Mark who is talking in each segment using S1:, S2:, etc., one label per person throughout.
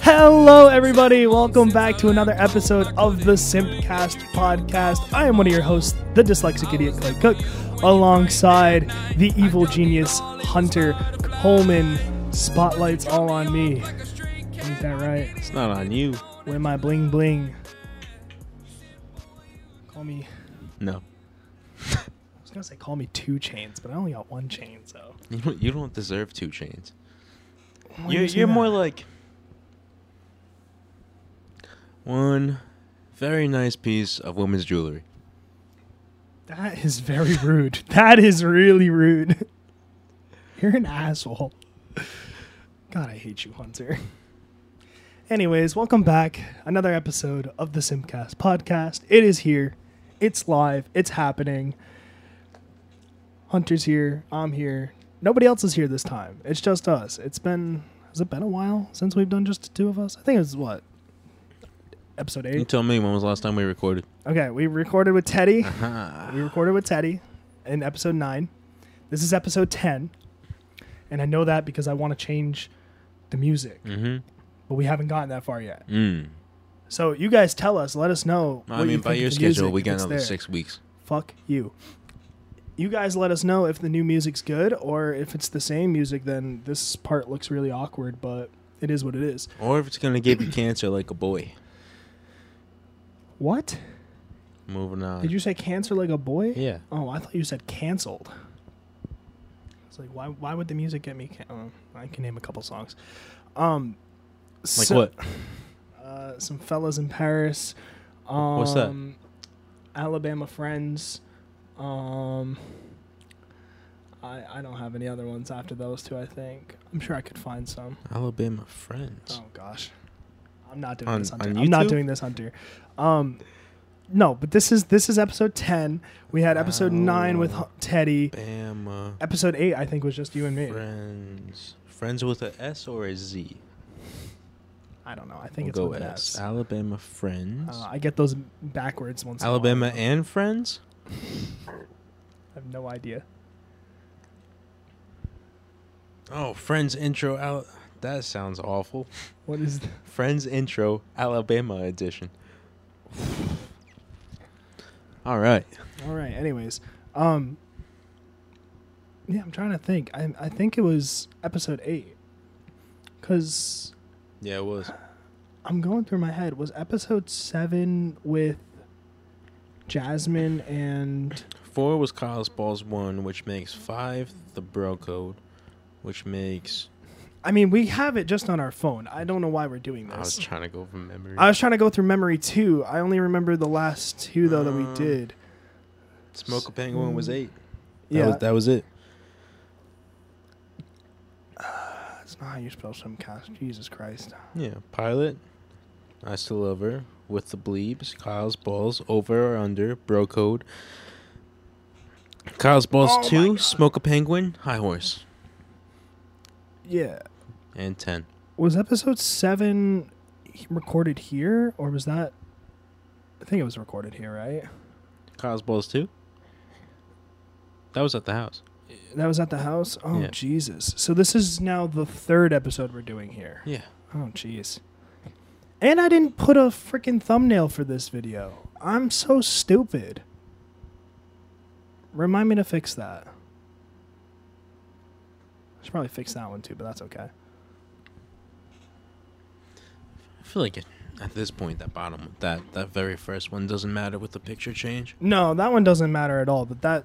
S1: Hello, everybody. Welcome back to another episode of the Simpcast podcast. I am one of your hosts, the dyslexic idiot Clay Cook, alongside the evil genius Hunter Coleman. Spotlights all on me. Ain't that right?
S2: It's not on you.
S1: Wear my bling bling. Call me.
S2: No.
S1: I was gonna say call me two chains, but I only got one chain, so.
S2: You don't, you don't deserve two chains.
S1: Why
S2: You're,
S1: you say
S2: you're
S1: that?
S2: more like one very nice piece of women's jewelry.
S1: That is very rude. That is really rude. You're an asshole. God, I hate you, Hunter. Anyways, welcome back. Another episode of the Simcast podcast. It is here. It's live. It's happening. Hunter's here. I'm here. Nobody else is here this time. It's just us. It's been has it been a while since we've done just the two of us? I think it was what episode
S2: You
S1: eight.
S2: tell me when was the last time we recorded?
S1: Okay, we recorded with Teddy.
S2: Ah,
S1: We recorded with Teddy in episode nine. This is episode ten, and I know that because I want to change the music,
S2: mm-hmm.
S1: but we haven't gotten that far yet.
S2: Mm.
S1: So you guys tell us, let us know.
S2: I
S1: what you
S2: mean, by
S1: think of
S2: your
S1: the
S2: schedule,
S1: music,
S2: we
S1: if
S2: got
S1: it's
S2: another
S1: there.
S2: six weeks.
S1: Fuck you. You guys let us know if the new music's good or if it's the same music. Then this part looks really awkward, but it is what it is.
S2: Or if it's going to give you cancer like a boy.
S1: What
S2: Moving on.
S1: did you say? Cancer like a boy?
S2: Uh, Yeah.
S1: Oh, I thought you said canceled. It's like why? Why would the music get me? Can- oh, I can name a couple songs. Um,
S2: Like
S1: so-
S2: what?
S1: Uh, some fellas in Paris. Um,
S2: What's that?
S1: Alabama friends. Um, I I don't have any other ones after those two. I think I'm sure I could find some.
S2: Alabama friends.
S1: Oh gosh, I'm not doing
S2: On-
S1: this, Hunter.
S2: on
S1: I'm not
S2: YouTube?
S1: doing this, Hunter. Um, no, but this is this is episode ten. We had episode nine with Hu- Teddy.
S2: Alabama
S1: Episode eight, I think, was just you and me.
S2: friends. Friends with a S or a Z?
S1: I don't know. I
S2: We'll
S1: think
S2: go
S1: it's with an
S2: S.
S1: S.
S2: Alabama friends.
S1: Uh, I get those backwards once. in a while.
S2: Alabama and friends?
S1: I have no idea.
S2: Oh, Friends intro out. That sounds awful.
S1: What is? th-
S2: Friends intro Alabama edition. All right.
S1: All right. Anyways, um, yeah, I'm trying to think. I I think it was episode eight, because
S2: Yeah, it was.
S1: I'm going through my head. Was episode seven with Jasmine and
S2: Four was Kyle's balls one, which makes five the bro code, which makes.
S1: I mean we have it just on our phone. I don't know why we're doing this.
S2: I was trying to go from memory.
S1: I was trying to go through memory too. I only remember the last two though that we
S2: Um,
S1: did.
S2: Smoke a penguin was eight.
S1: Yeah,
S2: That was, that was it.
S1: that's not how you spell some cast. Jesus Christ.
S2: Yeah. Pilot. I still love her. With the bleeps. Kyle's balls over or under. Bro code. Kyle's balls
S1: Oh my
S2: two.
S1: God.
S2: Smoke a penguin. High horse.
S1: Yeah,
S2: And ten.
S1: was episode seven he- recorded here or was that? I think it was recorded here, right?
S2: Kyle's balls too. That was at the house.
S1: That was at the house. Oh
S2: Yeah.
S1: Jesus! So this is now the third episode we're doing here.
S2: Yeah.
S1: Oh jeez. And I didn't put a freaking thumbnail for this video. I'm so stupid. Remind me to fix that. I should probably fix that one too, but that's okay.
S2: I feel like it, at this point, that bottom, that that very first one doesn't matter with the picture change.
S1: No, that one doesn't matter at all, but that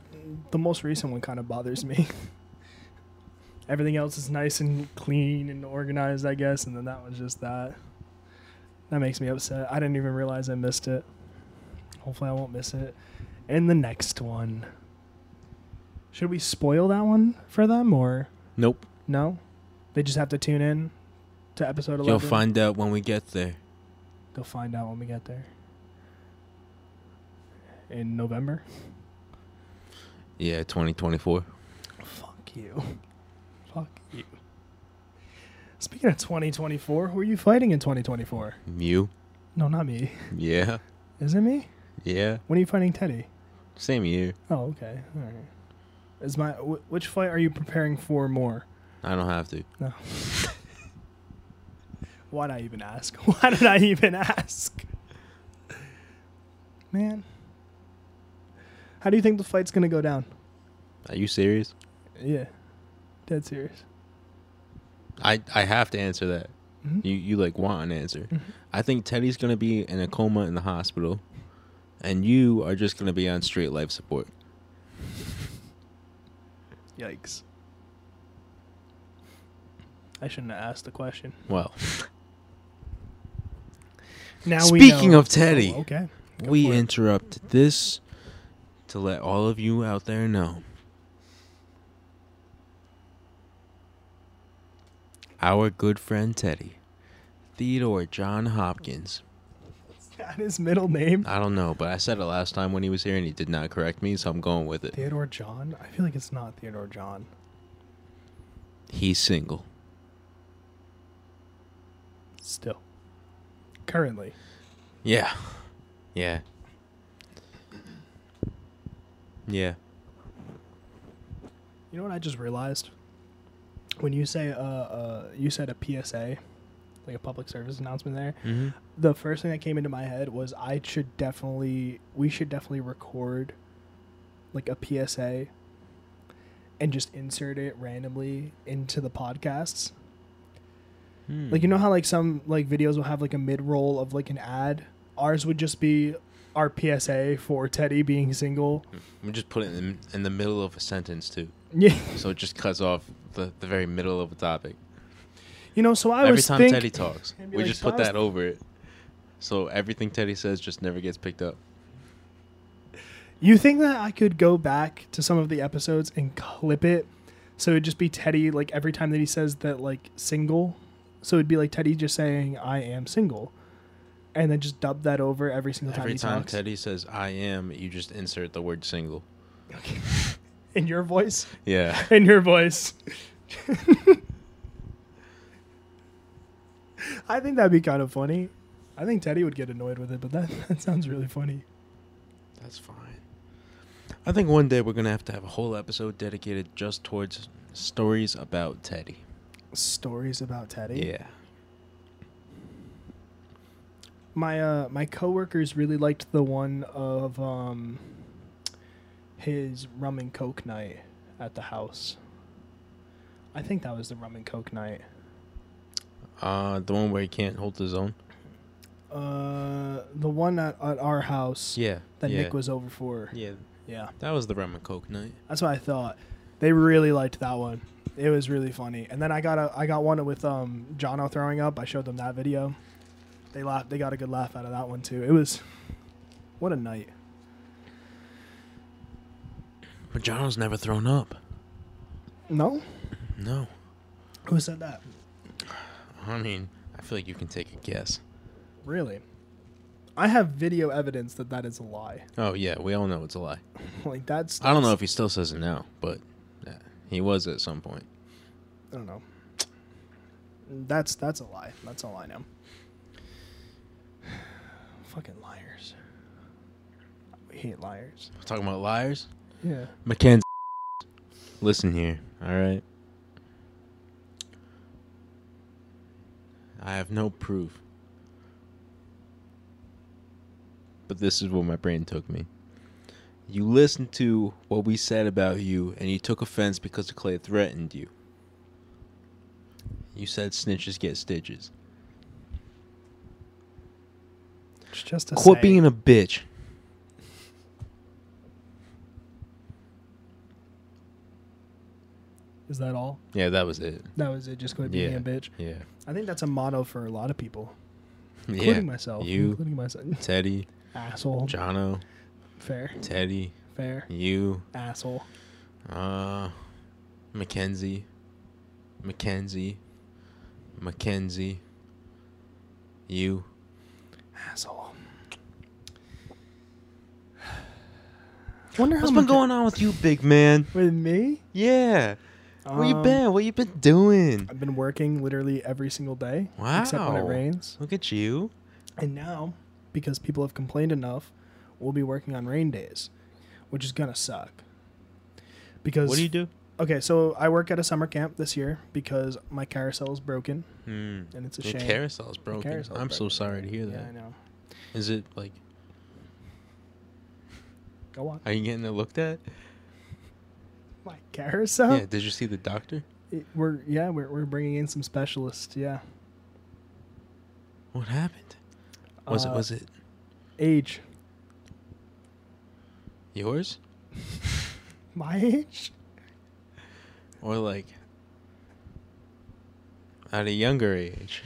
S1: the most recent one kind of bothers me. Everything else is nice and clean and organized, I guess, and then that one's just that. That makes me upset. I didn't even realize I missed it. Hopefully I won't miss it. And the next one. Should we spoil that one for them or
S2: Nope.
S1: no? They just have to tune in to episode 11.
S2: You'll find out when we get there.
S1: They'll find out when we get there. In November.
S2: Yeah, 2024.
S1: Fuck you. Fuck you. Speaking of 2024, who are you fighting in 2024?
S2: You?
S1: No, not me.
S2: Yeah.
S1: Is it me?
S2: Yeah.
S1: When are you fighting Teddy?
S2: Same year.
S1: Oh, okay. All right. Is my wh- which fight are you preparing for more?
S2: I don't have to.
S1: No. Why'd I even ask? Why did I even ask? Man. How do you think the fight's gonna go down?
S2: Are you serious?
S1: Yeah. Dead serious.
S2: I I have to answer that.
S1: Mhm.
S2: You you like want an answer?
S1: Mhm.
S2: I think Teddy's gonna be in a coma in the hospital, and you are just gonna be on straight life support.
S1: Yikes. I shouldn't have asked the question.
S2: Well,
S1: Now
S2: speaking
S1: know-
S2: of Teddy,
S1: Oh, okay. Go
S2: we
S1: for it.
S2: interrupt this to let all of you out there know our good friend Teddy, Theodore John Hopkins.
S1: Is that his middle name?
S2: I don't know, but I said it last time when he was here and he did not correct me, so I'm going with it.
S1: Theodore John? I feel like it's not Theodore John.
S2: He's single.
S1: Still. Currently.
S2: Yeah. Yeah. Yeah.
S1: You know what I just realized? When you say uh, uh you said a PSA, like a public service announcement there,
S2: Mm-hmm.
S1: the first thing that came into my head was I should definitely we should definitely record like a PSA and just insert it randomly into the podcasts.
S2: Hmm.
S1: Like you know how like some like videos will have like a mid roll of like an ad? Ours would just be our PSA for Teddy being single.
S2: We just put it in, in the middle of a sentence, too.
S1: Yeah.
S2: So it just cuts off the, the very middle of a topic.
S1: You know, so I
S2: every
S1: was
S2: time
S1: think-
S2: Teddy talks,
S1: I'd be
S2: we
S1: like,
S2: just
S1: "So
S2: put
S1: I was
S2: that over it. So everything Teddy says just never gets picked up.
S1: You think that I could go back to some of the episodes and clip it so it'd just be Teddy like every time that he says that like single. So it'd be like Teddy just saying I am single. And then just dub that over every single time
S2: every
S1: he
S2: time
S1: talks.
S2: Teddy says "I am," you just insert the word "single."
S1: Okay. In your voice.
S2: Yeah,
S1: In your voice. I think that'd be kind of funny. I think Teddy would get annoyed with it, but that, that sounds really funny.
S2: that's fine. I think one day we're gonna have to have a whole episode dedicated just towards stories about Teddy.
S1: Stories about Teddy.
S2: Yeah,
S1: my uh my coworkers really liked the one of um his rum and coke night at the house. I think that was the rum and coke night.
S2: uh, the one where he can't hold his own.
S1: Uh, the one at, at our house
S2: Yeah,
S1: that
S2: yeah.
S1: Nick was over for.
S2: Yeah,
S1: Yeah,
S2: that was the rum and coke night.
S1: that's what I thought. They really liked that one. It was really funny. And then I got a I got one with um Jono throwing up. I showed them that video. They laughed. They got a good laugh out of that one too. It was what a night.
S2: But Jono's never thrown up.
S1: No,
S2: No,
S1: who said that?
S2: I mean, I feel like you can take a guess.
S1: Really? I have video evidence that that is a lie.
S2: Oh yeah, we all know it's a lie.
S1: Like that's.
S2: I don't know if he still says it now, but uh, he was at some point.
S1: I don't know. That's that's a lie. That's all I know. Fucking liars. We hate liars.
S2: Talking about liars,
S1: Yeah.
S2: Mackenzie. Listen here, all right. I have no proof, but this is where my brain took me. You listened to what we said about you, and you took offense because Clay threatened you. You said snitches get stitches.
S1: It's just a. saying.
S2: Quit being a bitch.
S1: Is that all?
S2: Yeah, that was it.
S1: That was it. Just quit being
S2: Yeah.
S1: a bitch.
S2: Yeah.
S1: I think that's a motto for a lot of people,
S2: Yeah.
S1: including myself.
S2: You,
S1: Including myself.
S2: Teddy,
S1: Asshole.
S2: Jono,
S1: Fair.
S2: Teddy,
S1: Fair.
S2: you,
S1: Asshole.
S2: uh, Mackenzie, Mackenzie, Mackenzie, you.
S1: Asshole. Wonder how
S2: What's
S1: much
S2: been going on with you, big man?
S1: with me.
S2: Yeah. Where you
S1: Um,
S2: been? What you been doing?
S1: I've been working literally every single day, except when it
S2: Wow.
S1: rains.
S2: Look at you.
S1: And now, because people have complained enough, we'll be working on rain days, which is gonna suck. Because
S2: What do you do?
S1: okay, so I work at a summer camp this year because my carousel is broken
S2: Hmm.
S1: and it's a
S2: The
S1: shame.
S2: carousel's broken.
S1: carousel's
S2: I'm so
S1: broken.
S2: sorry to
S1: yeah,
S2: hear
S1: I
S2: that.
S1: know.
S2: Is it like
S1: Go on.
S2: are you getting it looked at?
S1: My carousel.
S2: Yeah. Did you see the doctor?
S1: It- we're yeah, we're we're bringing in some specialists. Yeah.
S2: What happened? Was
S1: Uh,
S2: it was it
S1: age?
S2: yours
S1: My age?
S2: or like at a younger age?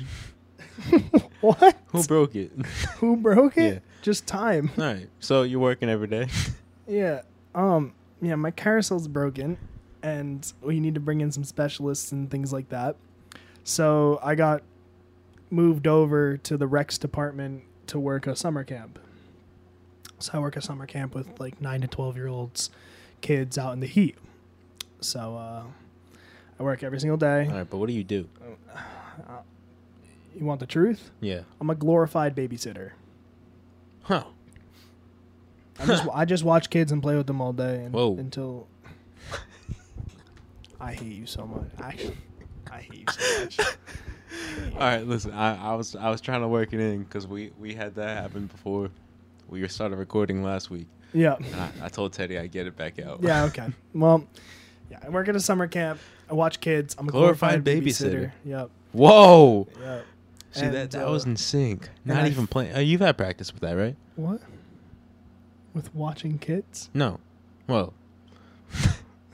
S1: what?
S2: Who broke it?
S1: Who broke it?
S2: Yeah.
S1: Just time.
S2: All right. So you're working every day.
S1: Yeah. Um. Yeah, my carousel's broken, and we need to bring in some specialists and things like that. So I got moved over to the Rex department to work a summer camp. So I work a summer camp with like nine to twelve year olds, kids out in the heat. So uh, I work every single day.
S2: All right. But what do you do?
S1: You want the truth?
S2: Yeah.
S1: I'm a glorified babysitter.
S2: Huh.
S1: I just I just watch kids and play with them all day and,
S2: Whoa.
S1: until I hate you so much. I I hate you so much.
S2: All right, listen. I, I was I was trying to work it in because we we had that happen before. We started recording last week,
S1: Yeah.
S2: and I, I told Teddy I'd get it back out.
S1: Yeah, okay. Well, yeah, I work at a summer camp. I watch kids. I'm a glorified,
S2: Glorified
S1: babysitter. Yep.
S2: Whoa.
S1: Yep.
S2: See that
S1: And,
S2: that
S1: uh,
S2: was in sync. Not
S1: I-
S2: even playing. Oh, you've had practice with that, right?
S1: What? With watching kids?
S2: No. Well,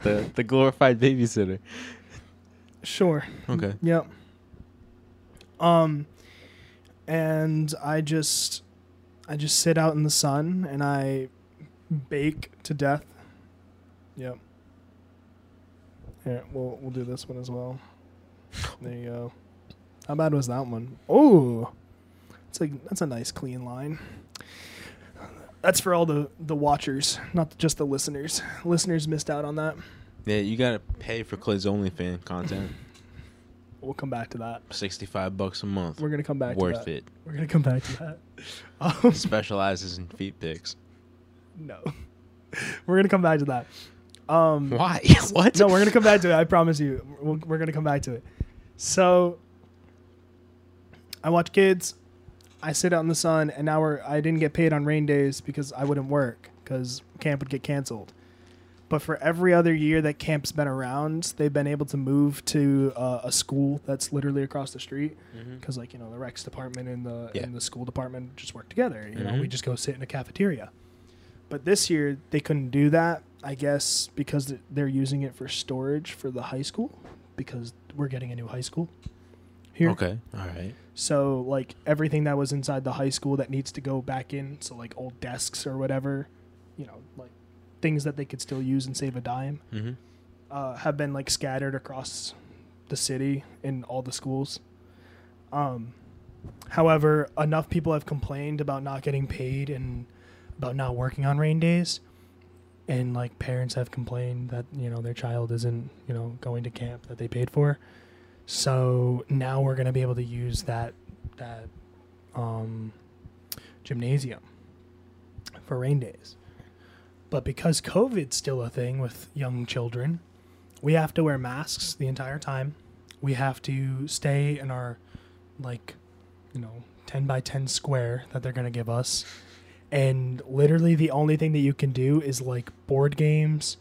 S2: the the glorified babysitter.
S1: Sure.
S2: Okay.
S1: Yep. Um and I just I just sit out in the sun and I bake to death. Yep. Here, we'll we'll do this one as well. There you go. How bad was that one? Oh. It's like that's a nice clean line. That's for all the the watchers, not just the listeners. Listeners missed out on that.
S2: Yeah, you gotta pay for Clay's OnlyFans content.
S1: We'll come back to that.
S2: Sixty five bucks a month.
S1: We're gonna come back to
S2: Worth
S1: that.
S2: it.
S1: We're gonna come back to that. Um,
S2: Specializes in feet pics.
S1: no, we're gonna come back to that. Um,
S2: Why? what?
S1: No, we're gonna come back to it. I promise you, we're, we're gonna come back to it. So, I watch kids. I sit out in the sun, and now we're. I didn't get paid on rain days because I wouldn't work because camp would get canceled. But for every other year that camp's been around, they've been able to move to uh, a school that's literally across the street
S2: Mhm.
S1: because like you know the recs department and the
S2: Yeah.
S1: and the school department just work together you know we
S2: Mhm.
S1: just go sit in a cafeteria but this year they couldn't do that i guess because th- they're using it for storage for the high school because we're getting a new high school here
S2: Okay. All right.
S1: so like everything that was inside the high school that needs to go back in so like old desks or whatever you know like things that they could still use and save a dime
S2: Mm-hmm.
S1: uh, have been like scattered across the city in all the schools. Um, however, enough people have complained about not getting paid and about not working on rain days, and like parents have complained that you know their child isn't you know going to camp that they paid for. So now we're gonna be able to use that that um, gymnasium for rain days. But because COVID's still a thing with young children, we have to wear masks the entire time. We have to stay in our, like, you know, 10 by 10 square that they're going to give us. And literally the only thing that you can do is, like, board games.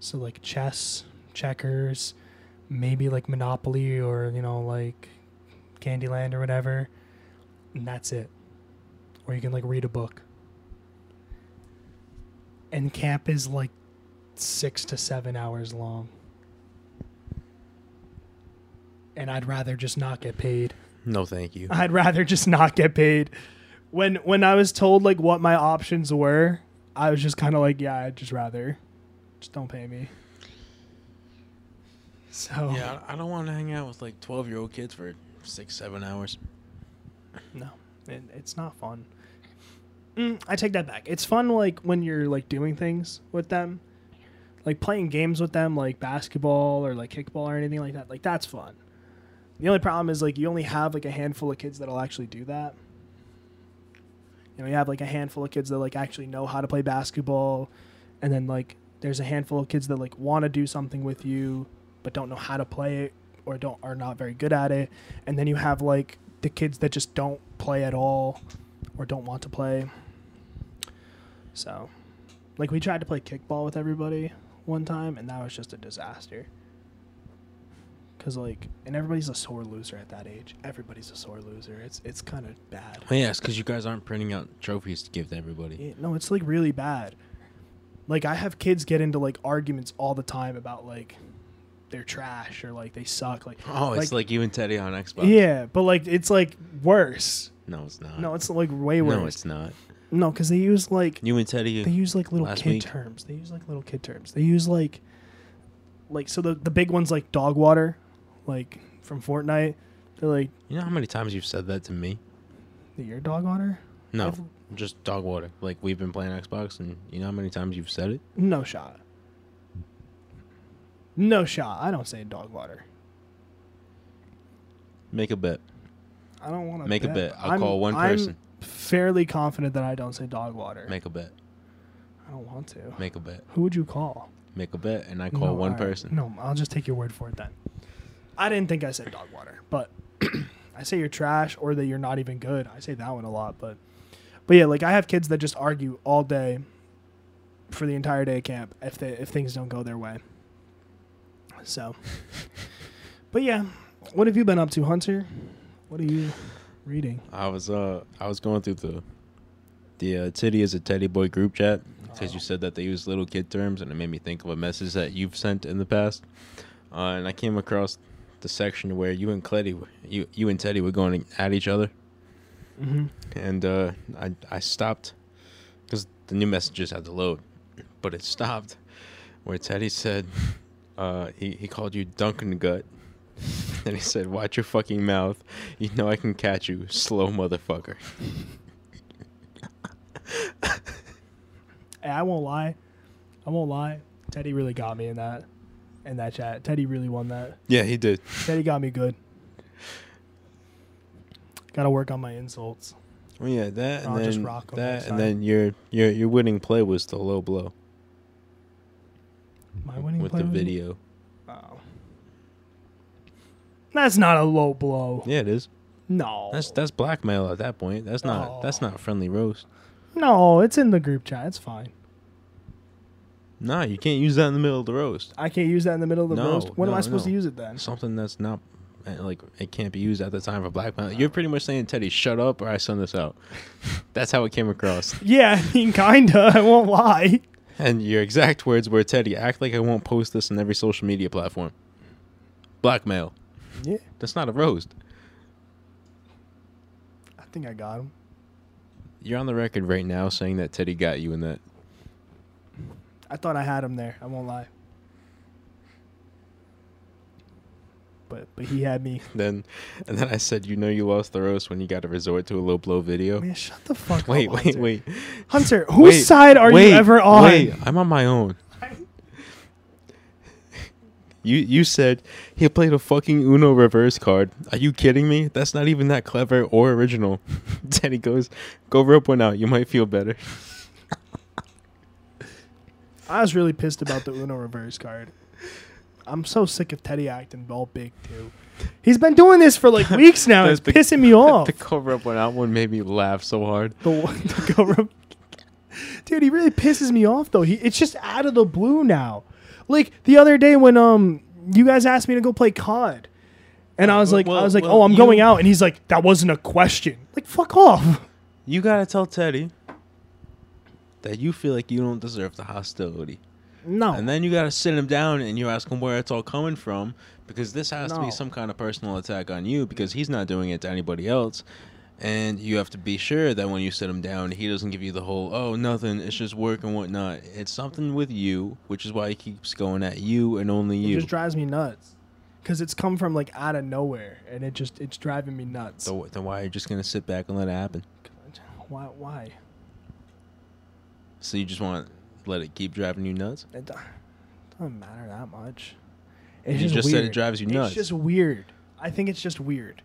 S1: So, like, chess, checkers, maybe, like, Monopoly or, you know, like, Candyland or whatever. And that's it. Or you can, like, read a book and camp is like six to seven hours long. And I'd rather just not get paid.
S2: No, thank you.
S1: I'd rather just not get paid. When when I was told like what my options were, I was just kind of like, yeah, I'd just rather just don't pay me. So
S2: Yeah, I I don't want to hang out with like 12 year old kids for six, seven hours.
S1: No, it, it's not fun. Mm, I take that back. It's fun like when you're like doing things with them, like playing games with them, like basketball or like kickball or anything like that. Like that's fun. The only problem is like you only have like a handful of kids that'll actually do that. You know, you have like a handful of kids that like actually know how to play basketball, and then like there's a handful of kids that like want to do something with you but don't know how to play it or don't are not very good at it and then you have like the kids that just don't play at all or don't want to play so like we tried to play kickball with everybody one time and that was just a disaster cuz like and everybody's a sore loser at that age everybody's a sore loser it's it's kind of bad
S2: Oh, yeah, it's because you guys aren't printing out trophies to give to everybody.
S1: yeah, no, it's like really bad. Like I have kids get into like arguments all the time about like they're trash or like they suck. Like
S2: Oh, it's like you and Teddy on Xbox.
S1: yeah, but like it's like worse.
S2: No, it's not.
S1: No, it's like way
S2: no,
S1: worse.
S2: it's not.
S1: No, because they use like
S2: You and Teddy.
S1: they use like little
S2: Last
S1: kid
S2: week.
S1: terms. They use like little kid terms. They use like like so the the big ones like dog water, like from Fortnite. They're like
S2: You know how many times you've said that to me?
S1: your dog water.
S2: No,
S1: I've-
S2: just dog water. Like we've been playing Xbox, and you know how many times you've said it?
S1: No shot. No shot. I don't say dog water.
S2: Make a bet.
S1: I don't want to
S2: Make a bet. I'll call one person.
S1: Fairly confident that I don't say dog water.
S2: Make a bet.
S1: I don't want to.
S2: Make a bet.
S1: Who would you call?
S2: Make a bet, and I call
S1: No,
S2: one
S1: alright.
S2: person.
S1: No, I'll just take your word for it then. I didn't think I said dog water, but I say you're trash or that you're not even good. I say that one a lot, but but yeah, like I have kids that just argue all day for the entire day of camp if they if things don't go their way. So, but yeah, what have you been up to, Hunter? What are you reading?
S2: I was uh I was going through the the uh, titty is a teddy boy group chat because you said that they use little kid terms, and it made me think of a message that you've sent in the past. Uh, and I came across the section where you and Teddy you you and Teddy were going at each other.
S1: Mm-hmm.
S2: and uh, I I stopped because the new messages had to load, but it stopped where Teddy said uh, he he called you Duncan Gut, and he said, "Watch your fucking mouth, you know I can catch you, slow motherfucker."
S1: Hey, I won't lie. I won't lie. Teddy really got me in that in that chat. Teddy really won that.
S2: Yeah, he did.
S1: Teddy got me good. Gotta work on my insults.
S2: Well, yeah, that and
S1: I'll
S2: then
S1: just rock 'em
S2: that
S1: next
S2: and
S1: time.
S2: then your your your winning play was the low blow
S1: My winning
S2: with
S1: play
S2: the
S1: was-
S2: video.
S1: Oh. That's not a low blow.
S2: Yeah, it is.
S1: No.
S2: That's that's blackmail at that point. That's not that's
S1: Oh.
S2: not friendly roast.
S1: no, it's in the group chat. It's fine.
S2: Nah, you can't use that in the middle of the roast.
S1: I can't use that in the middle of the
S2: No,
S1: roast. When am
S2: no,
S1: I supposed
S2: no.
S1: to use it then?
S2: something that's not uh, like it can't be used at the time for blackmail. You're pretty much saying, Teddy, shut up or I send this out. that's how it came across.
S1: Yeah, I mean, kinda. I won't lie.
S2: And your exact words were, Teddy, act like I won't post this on every social media platform. Blackmail.
S1: Yeah,
S2: That's not a roast.
S1: I think I got him.
S2: You're on the record right now saying that Teddy got you in that.
S1: I thought I had him there. I won't lie. But but he had me.
S2: Then, and then I said, you know, you lost the roast when you got to resort to a low blow video.
S1: Man, shut the fuck
S2: Oh. Wait,
S1: up.
S2: wait,
S1: Hunter.
S2: wait.
S1: Hunter, whose side are you ever on?
S2: Wait, I'm on my own. You you said he played a fucking Uno reverse card. Are you kidding me? That's not even that clever or original. Teddy goes, go rip one out. You might feel better.
S1: I was really pissed about the Uno reverse card. I'm so sick of Teddy acting all big too. He's been doing this for like weeks now.
S2: The-
S1: it's
S2: the-
S1: pissing me off.
S2: the go rip one out one made me laugh so hard.
S1: The one- the cover- Dude, he really pisses me off though. He it's just out of the blue now. Like the other day when um you guys asked me to go play COD, and I was like I
S2: Well,
S1: was like
S2: well,
S1: oh I'm
S2: you-
S1: going out, and he's like that wasn't a question. Like fuck off.
S2: You gotta tell Teddy that you feel like you don't deserve the hostility.
S1: No.
S2: And then you gotta sit him down and you ask him where it's all coming from because this has to
S1: No.
S2: be some kind of personal attack on you because he's not doing it to anybody else. And you have to be sure that when you sit him down, he doesn't give you the whole, oh, nothing, it's just work and whatnot. It's something with you, which is why he keeps going at you and only
S1: It
S2: you.
S1: just drives me nuts because it's come from like out of nowhere, and it just it's driving me nuts.
S2: So, then why are you just gonna sit back and let it happen?
S1: Why? Why?
S2: So you just wanna let it keep driving you nuts?
S1: It do- doesn't matter that much.
S2: You
S1: It's
S2: just said it drives you nuts.
S1: It's just weird. I think it's just weird.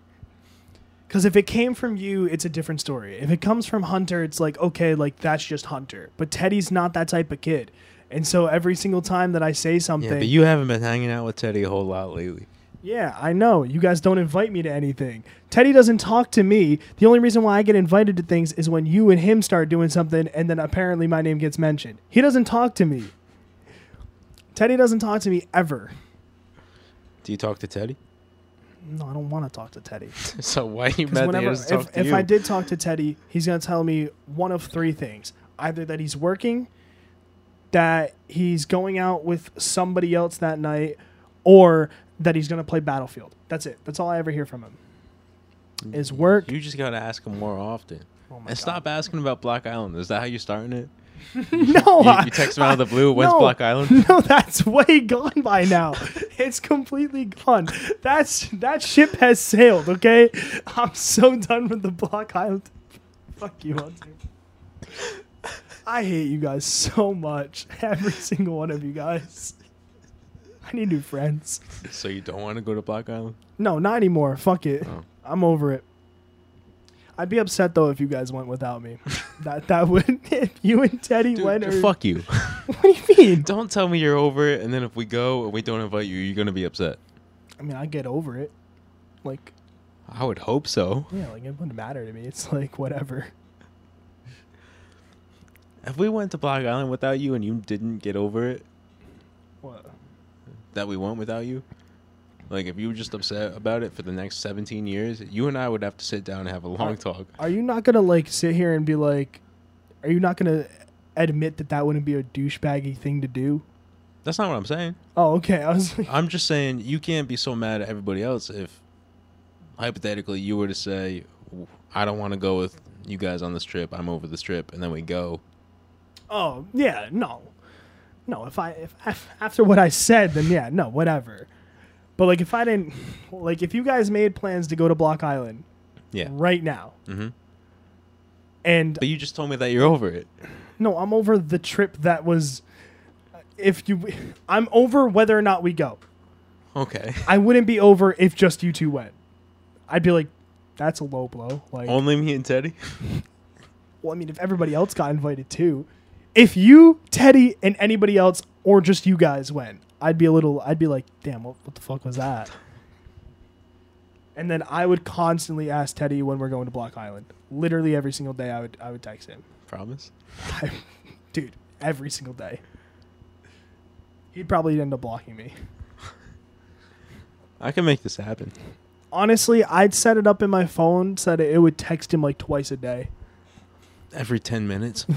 S1: Because if it came from you, it's a different story. If it comes from Hunter, it's like okay, like that's just Hunter. But Teddy's not that type of kid. And so every single time that I say
S2: Yeah,
S1: something,
S2: but you haven't been hanging out with Teddy a whole lot lately.
S1: Yeah, I know. You guys don't invite me to anything. Teddy doesn't talk to me. The only reason why I get invited to things is when you and him start doing something and then apparently my name gets mentioned. He doesn't talk to me. Teddy doesn't talk to me ever.
S2: Do you talk to Teddy?
S1: No, I don't want to talk to Teddy.
S2: so why you
S1: Because
S2: mad that he
S1: whenever
S2: doesn't talk
S1: if,
S2: to
S1: if
S2: you?
S1: I did talk to Teddy, he's gonna tell me one of three things: either that he's working, that he's going out with somebody else that night, or that he's gonna play Battlefield. That's it. That's all I ever hear from him. Is work.
S2: Mm. You just gotta ask him more often.
S1: Oh my
S2: And
S1: God.
S2: stop asking about Black Island. Is that how you're starting it?
S1: No,
S2: You,
S1: I-
S2: you text him out of the blue. When's
S1: no.
S2: Black Island?
S1: No, that's way gone by now. It's completely gone. That's that ship has sailed. Okay, I'm so done with the Block Island. Fuck you, Hunter. I hate you guys so much. Every single one of you guys. I need new friends.
S2: so you don't want to go to Black Island?
S1: No, not anymore. Fuck it.
S2: Oh.
S1: I'm over it. I'd be upset though if you guys went without me. that that would if you and Teddy
S2: Dude,
S1: went. Or,
S2: fuck you.
S1: What do you mean?
S2: don't tell me you're over it, and then if we go and we don't invite you, you're gonna be upset.
S1: I mean, I get over it. Like,
S2: I would hope so.
S1: yeah, like it wouldn't matter to me. It's like whatever.
S2: If we went to Block Island without you and you didn't get over it
S1: What?
S2: that we went without you, like if you were just upset about it for the next 17 years, you and I would have to sit down and have a long
S1: Uh,
S2: talk.
S1: Are you not gonna like sit here and be like, are you not gonna admit that that wouldn't be a douchebaggy thing to do?
S2: That's not what I'm saying.
S1: Oh, okay. I was like,
S2: I'm just saying you can't be so mad at everybody else if hypothetically you were to say I don't want to go with you guys on this trip. I'm over this trip and then we go.
S1: oh yeah, no, no. If I if af- after what I said, then yeah, no, whatever. But like if I didn't, like if you guys made plans to go to Block Island
S2: Yeah.
S1: right now,
S2: Mhm.
S1: and
S2: But you just told me that you're over it.
S1: No, I'm over the trip that was. If you, I'm over whether or not we go.
S2: Okay.
S1: I wouldn't be over if just you two went. I'd be like, that's a low blow. Like,
S2: Only me and Teddy.
S1: well, I mean, if everybody else got invited too, if you, Teddy, and anybody else, or just you guys went, I'd be a little. I'd be like, damn, what, what the fuck was that? And then I would constantly ask Teddy when we're going to Block Island. Literally every single day, I would I would text him.
S2: Promise.
S1: I, dude, every single day. He'd probably end up blocking me.
S2: I can make this happen.
S1: Honestly, I'd set it up in my phone so that it would text him like twice a day.
S2: Every 10 minutes.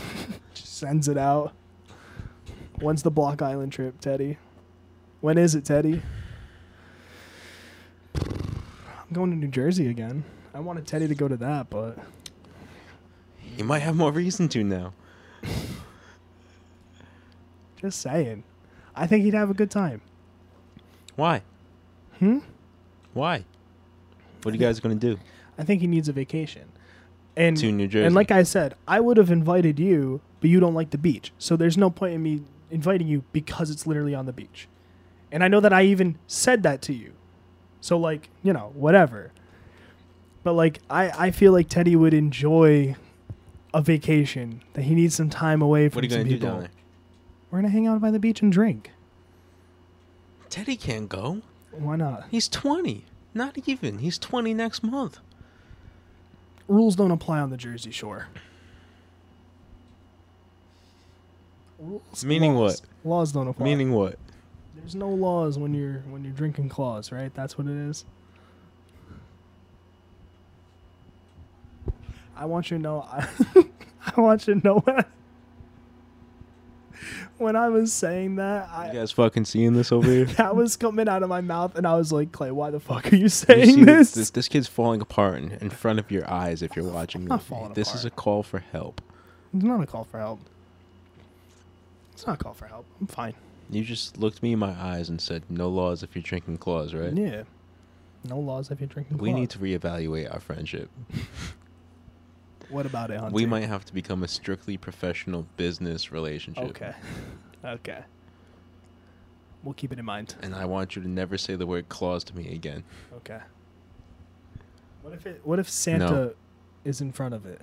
S1: Just sends it out. When's the Block Island trip, Teddy? When is it, Teddy? I'm going to New Jersey again. I wanted Teddy to go to that, but
S2: you might have more reason to now.
S1: just saying. I think he'd have a good time.
S2: Why?
S1: Hmm?
S2: Why? What are you guys going to do?
S1: I think he needs a vacation. And
S2: To New Jersey.
S1: And like I said, I would have invited you, but you don't like the beach. So there's no point in me inviting you because it's literally on the beach. And I know that I even said that to you. So like, you know, whatever. But like I, I feel like Teddy would enjoy a vacation. That he needs some time away from
S2: What are you
S1: some
S2: going to do
S1: people.
S2: down there?
S1: We're gonna hang out by the beach and drink.
S2: Teddy can't go.
S1: Why not?
S2: He's 20. Not even. He's 20 next month.
S1: Rules don't apply on the Jersey Shore. Rules,
S2: Meaning
S1: laws- Laws don't apply.
S2: Meaning what?
S1: There's no laws when you're when you're drinking claws, right? That's what it is. I want you to know. I, I want you to know when I, when I was saying that,
S2: You
S1: I,
S2: guys fucking seeing this over here?
S1: that was coming out of my mouth, and I was like, Clay, why the fuck are you saying
S2: You see
S1: this?
S2: This, this kid's falling apart in, in front of your eyes if you're watching
S1: not
S2: this.
S1: falling
S2: This is a
S1: apart.
S2: call for help.
S1: It's not a call for help. It's not a call for help. I'm fine.
S2: You just looked me in my eyes and said, "No laws if you're drinking claws, right?"
S1: Yeah. No laws if you're drinking.
S2: We
S1: claws.
S2: need to reevaluate our friendship.
S1: What about it, Hunter?
S2: We might have to become a strictly professional business relationship.
S1: Okay. Okay. We'll keep it in mind.
S2: And I want you to never say the word claws to me again.
S1: Okay. What if it? What if Santa is in front of it?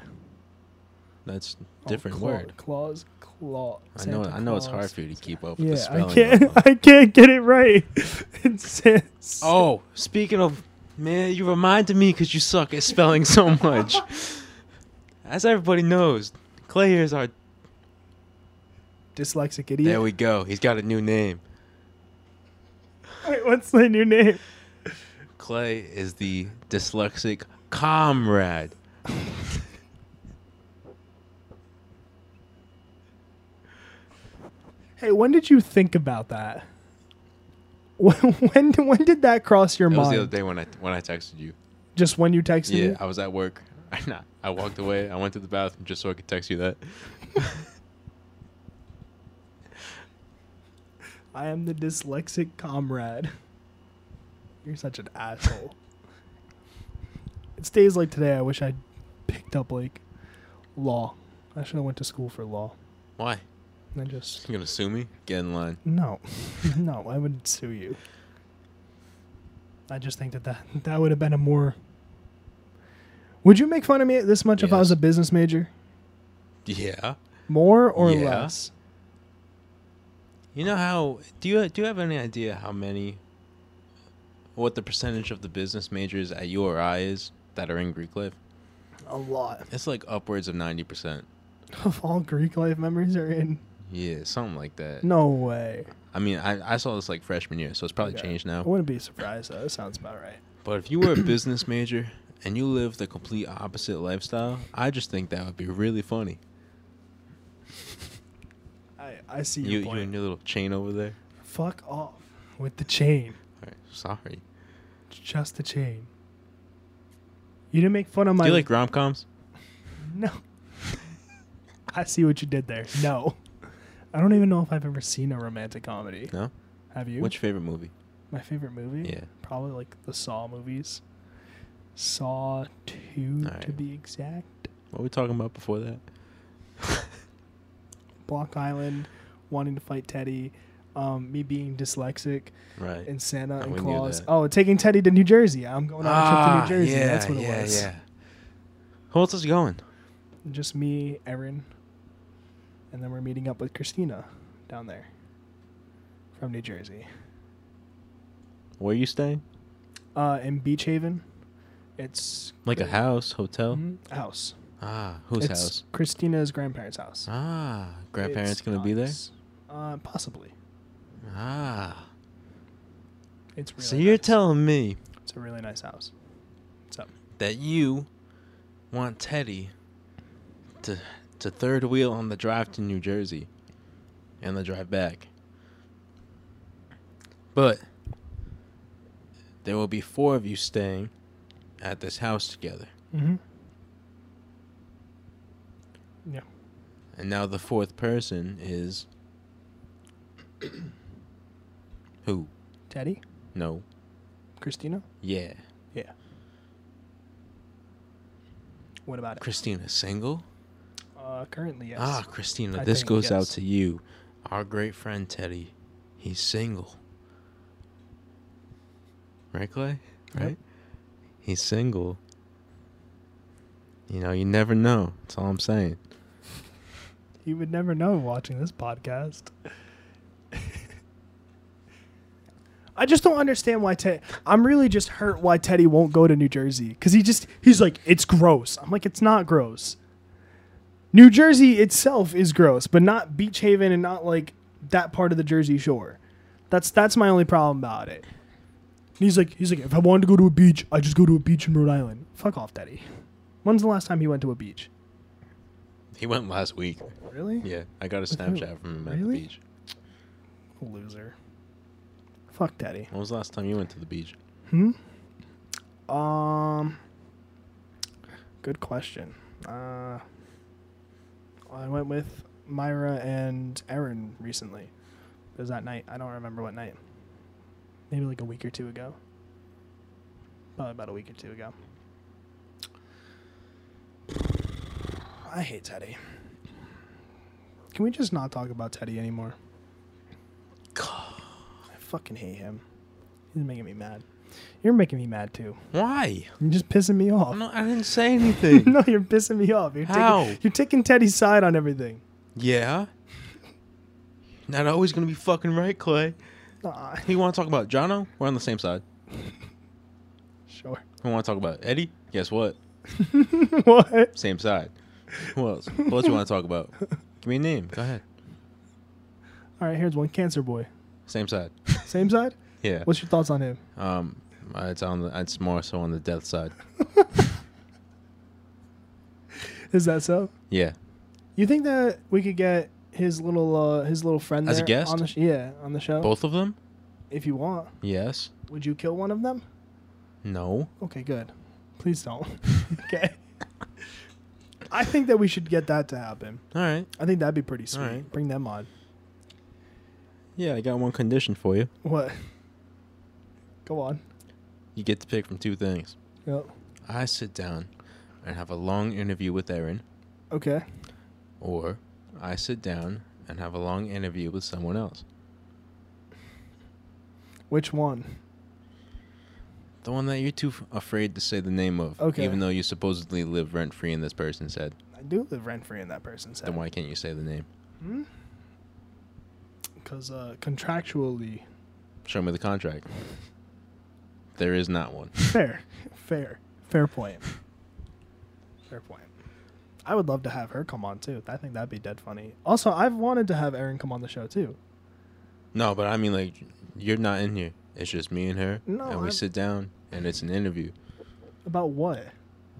S2: That's
S1: Oh,
S2: different
S1: claw-
S2: word.
S1: Oh, Claws, claw.
S2: I know.
S1: Santa
S2: I know it's hard
S1: Claus.
S2: for you to keep up with
S1: Yeah,
S2: the
S1: I
S2: spelling.
S1: can't.
S2: of them.
S1: I can't get it right. It says.
S2: Oh, speaking of, man, you reminded me because you suck at spelling so much. As everybody knows, Clay is our.
S1: dyslexic idiot.
S2: There we go. He's got a new name.
S1: Wait, what's the new name?
S2: Clay is the dyslexic comrade.
S1: Hey, when did you think about that? When when, when did that cross your
S2: That was
S1: mind?
S2: the other day when I when I texted you.
S1: Just when you texted
S2: Yeah,
S1: me.
S2: I was at work. Nah, I walked away. I went to the bathroom just so I could text you that.
S1: I am the dyslexic comrade. You're such an asshole. it's days like today. I wish I picked up like law. I should have went to school for law.
S2: Why?
S1: And I just
S2: You gonna sue me? Get in line.
S1: no, no. I would sue you. I just think that that, that would have been a more. Would you make fun of me this much if I was
S2: Yes.
S1: a business major?
S2: Yeah.
S1: More or
S2: Yeah.
S1: less?
S2: You know how? Do you do you have any idea how many? What the percentage of the business majors at URI is that are in Greek life?
S1: A lot
S2: It's like upwards of ninety percent.
S1: of all Greek life memories are in.
S2: Yeah, something like that.
S1: No way.
S2: I mean, I, I saw this like freshman year, so it's probably
S1: Okay.
S2: changed
S1: I
S2: now.
S1: wouldn't be surprised. Though. That sounds about right.
S2: But if you were a business major and you lived the complete opposite lifestyle, I just think that would be really funny.
S1: I, I see
S2: You
S1: your
S2: you
S1: point.
S2: and your little chain over there.
S1: Fuck off with the chain.
S2: All right, sorry.
S1: Just the chain. You didn't make fun of my.
S2: Do you like rom coms?
S1: No. I see what you did there. No. I don't even know if I've ever seen a romantic comedy.
S2: No.
S1: Have you?
S2: What's your favorite movie?
S1: my favorite movie?
S2: Yeah.
S1: Probably like the Saw movies. Saw 2 to
S2: Alright.
S1: be exact.
S2: What were we talking about before that?
S1: Block Island, wanting to fight Teddy, um, me being dyslexic,
S2: Right.
S1: and Santa
S2: Oh,
S1: and
S2: we knew
S1: Claus.
S2: that. Ah,
S1: Oh, taking Teddy to New Jersey. I'm going on a trip to New Jersey. That's what it was.
S2: Who else is going?
S1: Just me, Erin, and then we're meeting up with Christina down there from New Jersey.
S2: Where are you staying?
S1: Uh, in Beach Haven, it's
S2: Like a house, hotel?
S1: Mhm, house.
S2: Ah, whose
S1: it's
S2: house?
S1: Christina's grandparents' house.
S2: Ah, grandparents
S1: It's
S2: gonna be there?
S1: nice. Uh, possibly.
S2: Ah.
S1: It's really
S2: so you're
S1: nice.
S2: telling me
S1: it's a really nice house. So
S2: that you want Teddy to to third wheel on the drive to New Jersey and the drive back. But there will be four of you staying at this house together.
S1: hmm yeah,
S2: And now the fourth person is who?
S1: Teddy,
S2: No.
S1: Christina.
S2: Yeah.
S1: Yeah. What about it?
S2: Christina single?
S1: Uh, currently, yes.
S2: Ah, Christina,
S1: I
S2: this
S1: think,
S2: goes out
S1: yes.
S2: to you. Our great friend Teddy. He's single. Right, Clay?
S1: Yep.
S2: Right? He's single. You know, you never know. That's all I'm saying.
S1: You would never know watching this podcast. I just don't understand why Ted. I'm really just hurt why Teddy won't go to New Jersey because he just he's like it's gross. I'm like it's not gross. New Jersey itself is gross, but not Beach Haven and not like that part of the Jersey Shore. That's that's my only problem about it. And he's like he's like if I wanted to go to a beach, I just go to a beach in Rhode Island. Fuck off, Teddy. When's the last time he went to a beach?
S2: He went last week.
S1: Really?
S2: Yeah, I got a
S1: who?
S2: Snapchat from him at the
S1: Really?
S2: beach.
S1: Loser. Fuck Daddy.
S2: When was the last time you went to the beach?
S1: Hmm? Um. Good question. Uh, I went with Myra and Erin recently. It was that night. I don't remember what night. Maybe like a week or two ago. Probably about a week or two ago. I hate Teddy. Can we just not talk about Teddy anymore? I fucking hate him. He's making me mad. You're making me mad too.
S2: Why?
S1: You're just pissing me off.
S2: No, I didn't say anything.
S1: no, you're pissing me off. You're
S2: How?
S1: Taking, you're taking Teddy's side on everything.
S2: Yeah. Not always gonna be fucking right, Clay.
S1: Aw,
S2: You want to talk about Jono? We're on the same side.
S1: sure.
S2: You want to talk about Eddie? Guess what?
S1: what?
S2: Same side. Who else? What else you want to talk about? Give me a name. Go ahead.
S1: All right, here's one cancer boy.
S2: Same side.
S1: Same side?
S2: Yeah.
S1: What's your thoughts on him?
S2: Um, uh, it's on. The, it's more so on the death side.
S1: Is that so?
S2: Yeah.
S1: You think that we could get his little uh, his little friend
S2: As a
S1: there
S2: guest?
S1: on the sh- yeah on the show
S2: Both of them?
S1: if you want?
S2: Yes.
S1: Would you kill one of them?
S2: No.
S1: Okay, good. Please don't. okay. I think that we should get that to happen.
S2: All right.
S1: I think that'd be pretty sweet.
S2: Alright.
S1: Bring them on.
S2: Yeah, I got one condition for you.
S1: What? Go on.
S2: You get to pick from two things.
S1: Yep.
S2: I sit down and have a long interview with Erin,
S1: Okay.
S2: or I sit down and have a long interview with someone else.
S1: Which one?
S2: The one that you're too f- afraid to say the name of,
S1: Okay.
S2: even though you supposedly live rent free in this person's head.
S1: I do live rent free in that person's
S2: Then
S1: head.
S2: why can't you say the name?
S1: Because Hmm? uh, contractually,
S2: Show me the contract. There is not one.
S1: fair, fair, fair point. Fair point. I would love to have her come on too. I think that'd be dead funny. Also, I've wanted to have Erin come on the show too.
S2: No, but I mean, like, you're not in here. It's just me and her,
S1: No,
S2: and we
S1: I'm-
S2: sit down, and it's an interview.
S1: About what?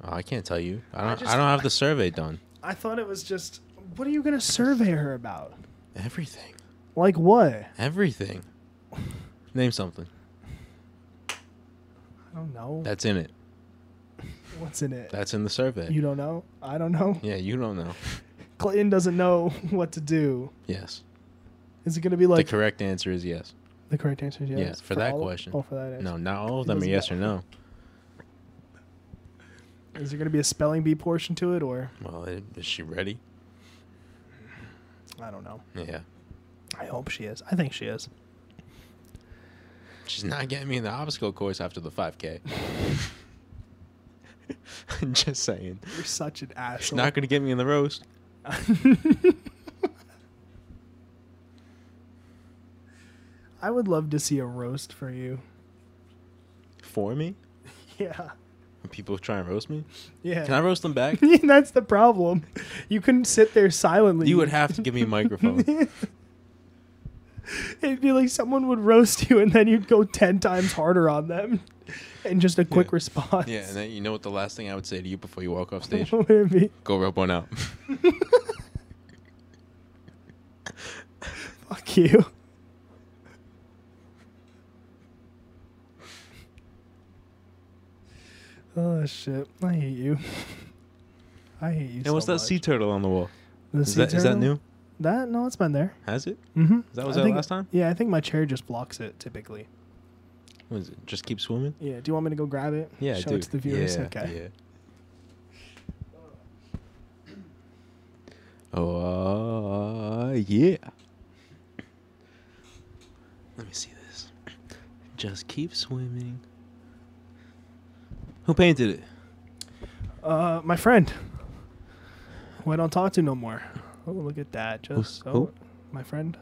S2: Oh, I can't tell you. I
S1: I
S2: don't. I,
S1: just-
S2: don't have the survey done.
S1: I thought it was just. What are you gonna survey her about?
S2: Everything.
S1: Like what?
S2: Everything. Name something
S1: I don't know.
S2: that's in it.
S1: What's in it?
S2: That's in the survey.
S1: You don't know? I don't know.
S2: yeah, you don't know.
S1: Clayton doesn't know what to do.
S2: Yes.
S1: Is it gonna be like
S2: the correct answer is yes.
S1: the correct answer? Is yes.
S2: Yes, for that
S1: all-
S2: question.
S1: Oh, for that answer.
S2: No, not all of
S1: It
S2: them are
S1: doesn't
S2: yes or
S1: matter.
S2: no.
S1: Is there gonna be a spelling bee portion to it, or
S2: Well, i- is she ready?
S1: I don't know.
S2: Yeah.
S1: I hope she is. I think she is.
S2: She's not getting me in the obstacle course after the 5K. Just saying.
S1: You're such an
S2: She's
S1: asshole.
S2: not going to get me in the roast.
S1: I would love to see a roast for you.
S2: For me?
S1: Yeah.
S2: When people try and roast me?
S1: Yeah.
S2: Can I roast them back?
S1: That's the problem. You couldn't sit there silently.
S2: you would have to give me a microphone.
S1: It'd be like someone would roast you, and then you'd go ten times harder on them, and just a quick
S2: Yeah.
S1: response.
S2: Yeah, and then you know what the last thing I would say to you before you walk off stage?
S1: What would it be?
S2: Go rub one out.
S1: Fuck you. Oh shit! I hate you. I hate you.
S2: and what's
S1: so
S2: that
S1: much.
S2: sea turtle on the wall?
S1: The
S2: Is
S1: sea
S2: that, is that
S1: turtle?
S2: new?
S1: That no, it's been there.
S2: Has it?
S1: Mm-hmm.
S2: That was that last time?
S1: Yeah, I think my chair just blocks it typically.
S2: What is it? Just keep swimming?
S1: Yeah. Do you want me to go grab it?
S2: Yeah,
S1: Show
S2: dude.
S1: it to the viewers.
S2: Yeah,
S1: okay.
S2: Yeah. Oh uh, yeah. Let me see this. Just keep swimming. Who painted it?
S1: Uh, my friend, who I don't talk to no more. Oh, look at that! Just
S2: Who's-
S1: so
S2: who?
S1: my friend,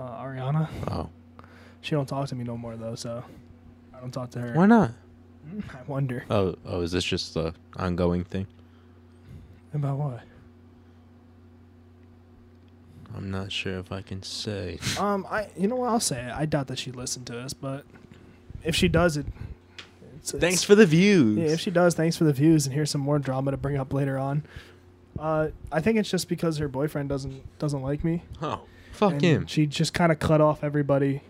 S1: uh, Ariana.
S2: Oh,
S1: She don't talk to me no more though, so I don't talk to her.
S2: why not?
S1: I wonder
S2: Oh, oh, is this just the ongoing thing?
S1: about what.
S2: I'm not sure if I can say.
S1: Um, I you know what I'll say. it. I doubt that she listened to us, but if she does, it. It's,
S2: Thanks for the views.
S1: Yeah, if she does, thanks for the views, and here's some more drama to bring up later on. Uh, I think it's just because her boyfriend doesn't doesn't like me.
S2: oh, fuck
S1: and
S2: him.
S1: She just kind of cut off everybody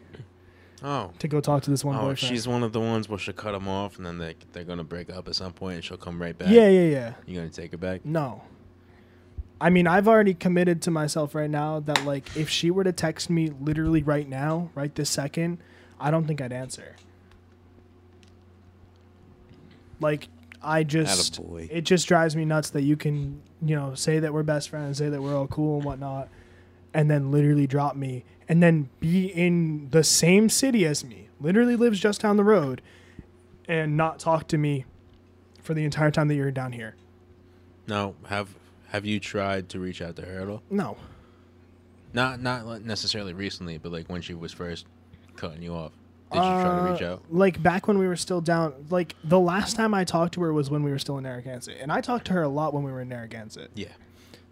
S2: oh,
S1: to go talk to this one
S2: oh,
S1: boyfriend.
S2: she's one of the ones where she'll cut him off, and then they they're gonna break up at some point, and she'll come right back.
S1: yeah, yeah, yeah.
S2: You gonna take it back?
S1: No. I mean, I've already committed to myself right now that like if she were to text me literally right now, right this second, I don't think I'd answer. Like I just
S2: Attaboy.
S1: it just drives me nuts that you can, you know, say that we're best friends, say that we're all cool and whatnot, and then literally drop me and then be in the same city as me, literally lives just down the road and not talk to me for the entire time that you're down here.
S2: Now, have have you tried to reach out to her at all?
S1: No.
S2: Not not necessarily recently, but like when she was first cutting you off. Did you try to reach
S1: Uh,
S2: out?
S1: Like back when we were still down, like the last time I talked to her was when we were still in Narragansett. And I talked to her a lot when we were in Narragansett.
S2: Yeah.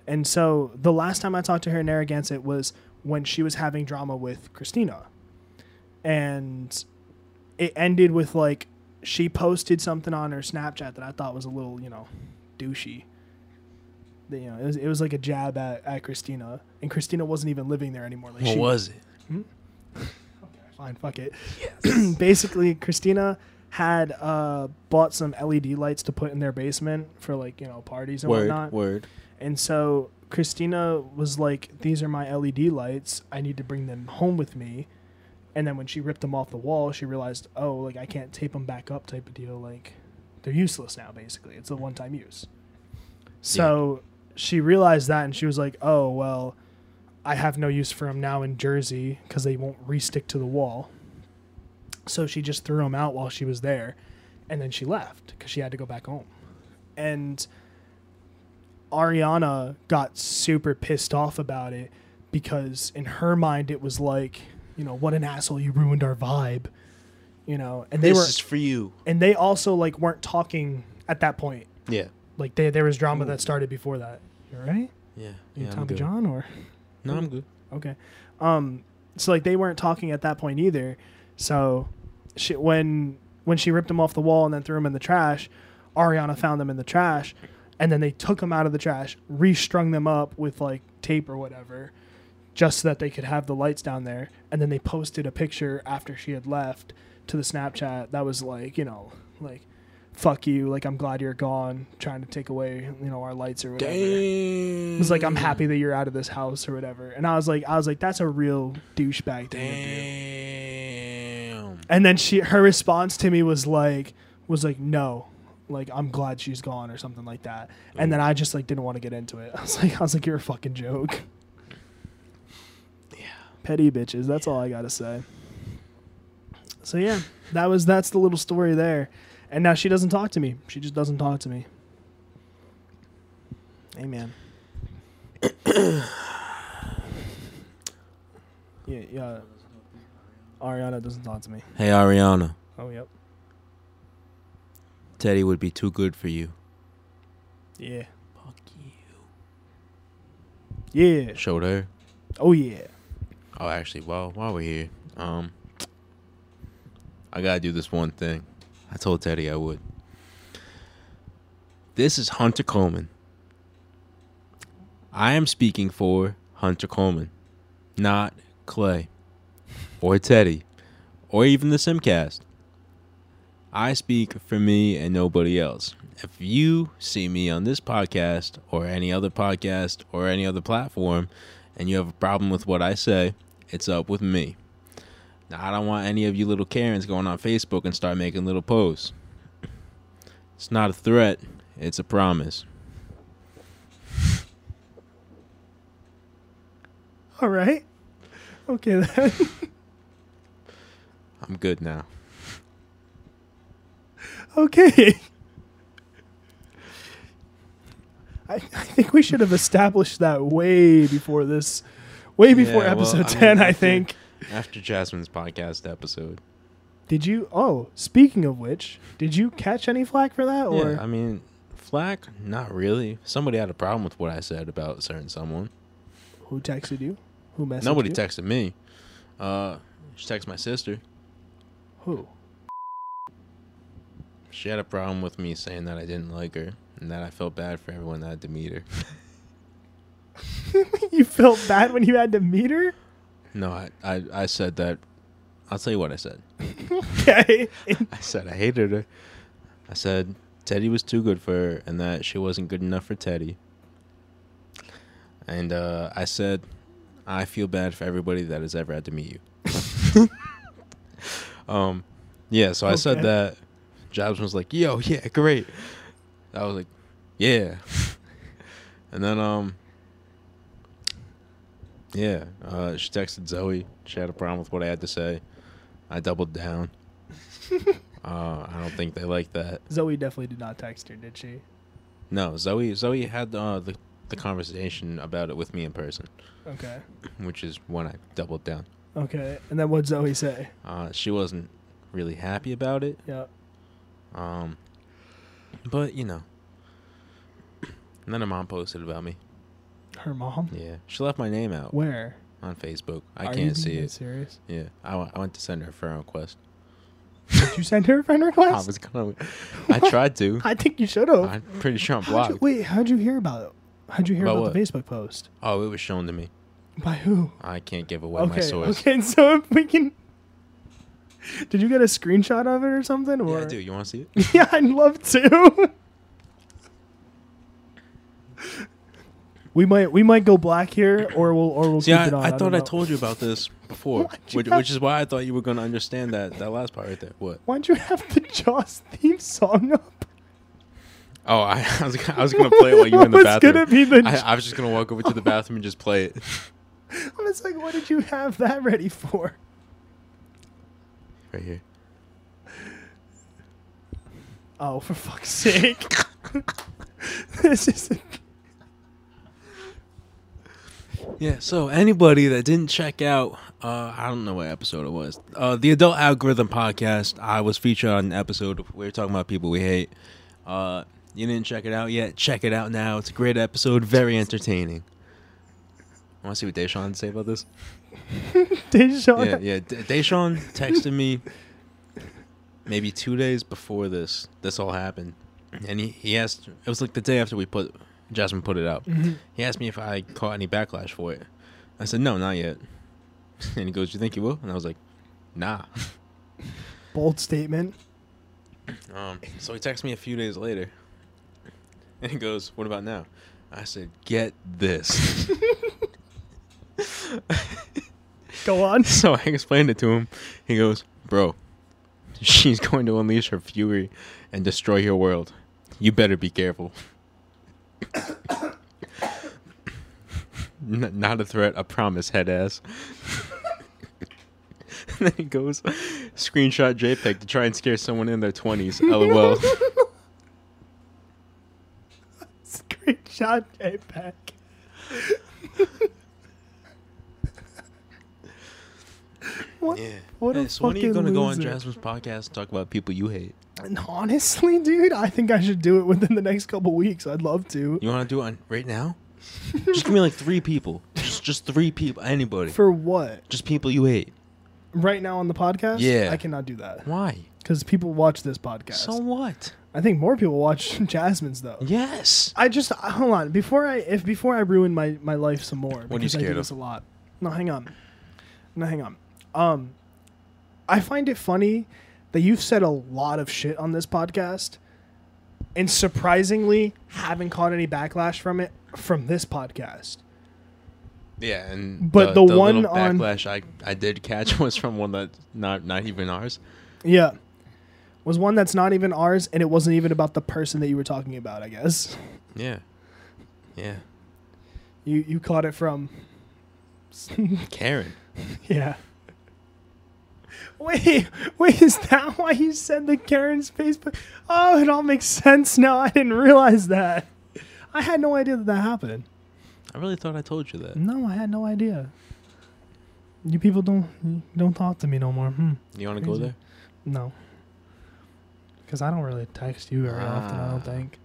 S1: And so the last time I talked to her in Narragansett was when she was having drama with Christina. And it ended with like she posted something on her Snapchat that I thought was a little, you know, douchey. That, You know, it was, it was like a jab at, at Christina, and Christina wasn't even living there anymore. Like
S2: What
S1: she
S2: was it?
S1: fine, fuck it. Basically, Christina had uh, bought some LED lights to put in their basement for like you know parties and
S2: Word.
S1: whatnot.
S2: Word.
S1: And so Christina was like, "These are my LED lights. I need to bring them home with me." And then when she ripped them off the wall, she realized, "Oh, like I can't tape them back up." Type of deal. Like they're useless now. Basically, it's a one-time use. So she realized that, and she was like, "Oh well, I have no use for them now in Jersey because they won't re-stick to the wall." So she just threw them out while she was there, and then she left because she had to go back home. And Ariana got super pissed off about it because in her mind it was like, you know, what an asshole you ruined our vibe, you know. And they
S2: this
S1: were
S2: is for you.
S1: and they also like weren't talking at that point.
S2: Yeah.
S1: Like they, there was drama that started before that. You all right?
S2: Yeah.
S1: You
S2: yeah I'm
S1: Tommy
S2: good.
S1: John or
S2: No, I'm good.
S1: Okay. Um so like they weren't talking at that point either. So she when when she ripped them off the wall and then threw them in the trash, Ariana found them in the trash and then they took them out of the trash, restrung them up with like tape or whatever just so that they could have the lights down there and then they posted a picture after she had left to the Snapchat that was like, you know, like fuck you, like I'm glad you're gone, trying to take away, you know, our lights or whatever. It was like,
S2: Mm.
S1: I'm happy that you're out of this house or whatever. And I was like, I was like, that's a real douchebag thing to do.
S2: Damn.
S1: And then she, her response to me was like, was like, no, like I'm glad she's gone or something like that. And then I just like didn't want to get into it. I was like, I was like, you're a fucking joke.
S2: Yeah.
S1: Petty bitches. That's all I gotta say. So yeah, that was that's the little story there. And now she doesn't talk to me. She just doesn't talk to me. Amen. yeah, yeah. Ariana doesn't talk to me.
S2: Hey Ariana,
S1: Oh yep.
S2: Teddy would be too good for you.
S1: Yeah.
S2: Fuck you.
S1: Yeah.
S2: Showed her.
S1: Oh yeah.
S2: Oh, actually, while while we're here, um, I gotta do this one thing. I told Teddy I would. This is Hunter Coleman. I am speaking for Hunter Coleman, not Clay, or Teddy, or even the Simcast. I speak for me and nobody else. If you see me on this podcast or any other podcast or any other platform and you have a problem with what I say, it's up with me. Now, I don't want any of you little Karens going on Facebook and start making little posts. It's not a threat, it's a promise.
S1: All right. Okay then.
S2: I'm good now.
S1: okay. I, I think we should have established that way before this, way before
S2: Yeah, well,
S1: episode
S2: I mean,
S1: ten. I
S2: after-
S1: think.
S2: After Jasmine's podcast episode.
S1: Did you? Oh, speaking of which, did you catch any flack for that? Or
S2: yeah, I mean, Flack, not really. Somebody had a problem with what I said about certain someone.
S1: who texted you? Who messaged
S2: Nobody
S1: you?
S2: texted me. Uh, she texted my sister.
S1: Who?
S2: She had a problem with me saying that I didn't like her and that I felt bad for everyone that had to meet her.
S1: you felt bad when you had to meet her.
S2: No, I, I, I said that. I'll tell you what I said.
S1: Okay.
S2: I said I hated her. I said Teddy was too good for her and that she wasn't good enough for Teddy. And uh, I said, I feel bad for everybody that has ever had to meet you. um, yeah, so I said
S1: Okay.
S2: that. Jobs was like, yo, yeah, great. I was like, yeah. and then, um, yeah, uh, she texted Zoe. She had a problem with what I had to say. I doubled down. uh, I don't think they like that.
S1: Zoe definitely did not text her, did she?
S2: No, Zoe. Zoe had uh, the the conversation about it with me in person,
S1: Okay.
S2: which is when I doubled down.
S1: Okay. And then what'd Zoe say?
S2: Uh, she wasn't really happy about it.
S1: Yeah.
S2: Um, but you know, and then her mom posted about me.
S1: Her mom?
S2: Yeah, she left my name out
S1: Where?
S2: on Facebook. I
S1: Are you
S2: can't see
S1: being
S2: it.
S1: Serious?
S2: Yeah, I wa- I went to send her a friend request.
S1: Did you send her a friend request?
S2: I was gonna. I tried to.
S1: I think you should have.
S2: I'm pretty sure I'm
S1: How'd you-
S2: blocked.
S1: Wait, how'd you hear about it? How'd you hear
S2: About
S1: about, the Facebook post?
S2: Oh, it was shown to me.
S1: By who?
S2: I can't give away my
S1: okay,
S2: source.
S1: okay. So if we can, did you get a screenshot of it or something? Or
S2: Yeah, I do. You want to see it?
S1: Yeah, I'd love to. we might we might go black here, or we'll or we'll
S2: See,
S1: keep
S2: I,
S1: it on.
S2: I thought
S1: don't
S2: I
S1: know.
S2: told you about this before,
S1: Why'd you
S2: which,
S1: have-
S2: which is why I thought you were going to understand that, that last part right there. What?
S1: Why'd you have the Jaws theme song up?
S2: Oh, I, I was, gonna- I was going to play it while you were in the
S1: It's
S2: bathroom.
S1: gonna be the.
S2: I, I was just going to walk over to the bathroom and just play it.
S1: I was like, what did you have that ready for?
S2: Right here.
S1: Oh, for fuck's sake! this is.
S2: Yeah, so anybody that didn't check out, uh, I don't know what episode it was, uh, the Adult Algorithm podcast, I was featured on an episode. We were talking about people we hate. Uh, you didn't check it out yet? Check it out now. It's a great episode, very entertaining. Want to see what Deshaun had to say about this?
S1: Deshaun.
S2: yeah, yeah. D- Deshaun texted me maybe two days before this this all happened, and he, he asked. It was like the day after we put Jasmine put it out. He asked me if I caught any backlash for it. I said no, not yet. And he goes, "You think you will?" And I was like, "Nah."
S1: Bold statement.
S2: Um, so he texts me a few days later, and he goes, "What about now?" I said, "Get this."
S1: Go on.
S2: so I explained it to him. He goes, Bro, she's going to unleash her fury and destroy your world. You better be careful. N- not a threat, a promise, head ass. and then he goes, screenshot JPEG to try and scare someone in their 20s. LOL.
S1: Screenshot JPEG. what?
S2: yeah.
S1: What a
S2: Yeah, so when are you
S1: fucking
S2: gonna go on
S1: loser.
S2: Jasmine's podcast and talk about people you hate?
S1: And honestly, dude, I think I should do it within the next couple weeks. I'd love to.
S2: You want to do it on, right now? just give me like three people. Just just three people. Anybody.
S1: For what?
S2: just people you hate.
S1: Right now on the podcast?
S2: Yeah.
S1: I cannot do that.
S2: Why?
S1: Because people watch this podcast.
S2: So what?
S1: I think more people watch Jasmine's, though.
S2: Yes.
S1: I just uh, hold on before I if before I ruin my my life some more
S2: are you
S1: because I do
S2: scared of?
S1: this a lot. No, hang on. No, hang on. Um, I find it funny that you've said a lot of shit on this podcast, and surprisingly haven't caught any backlash from it from this podcast.
S2: Yeah, and
S1: But the one
S2: little
S1: on-
S2: backlash I I did catch was from one that not not even ours.
S1: Yeah, was one that's not even ours, and it wasn't even about the person that you were talking about. I guess
S2: Yeah, yeah.
S1: you you caught it from.
S2: Karen.
S1: Yeah. Wait, wait, is that why you said the Karen's Facebook? Oh, it all makes sense now. I didn't realize that. I had no idea that that happened.
S2: I really thought I told you that.
S1: No, I had no idea. You people don't don't talk to me no more. Hmm.
S2: You want to go
S1: Crazy.
S2: there?
S1: No. Because I don't really text you very often, I
S2: Ah.
S1: don't think.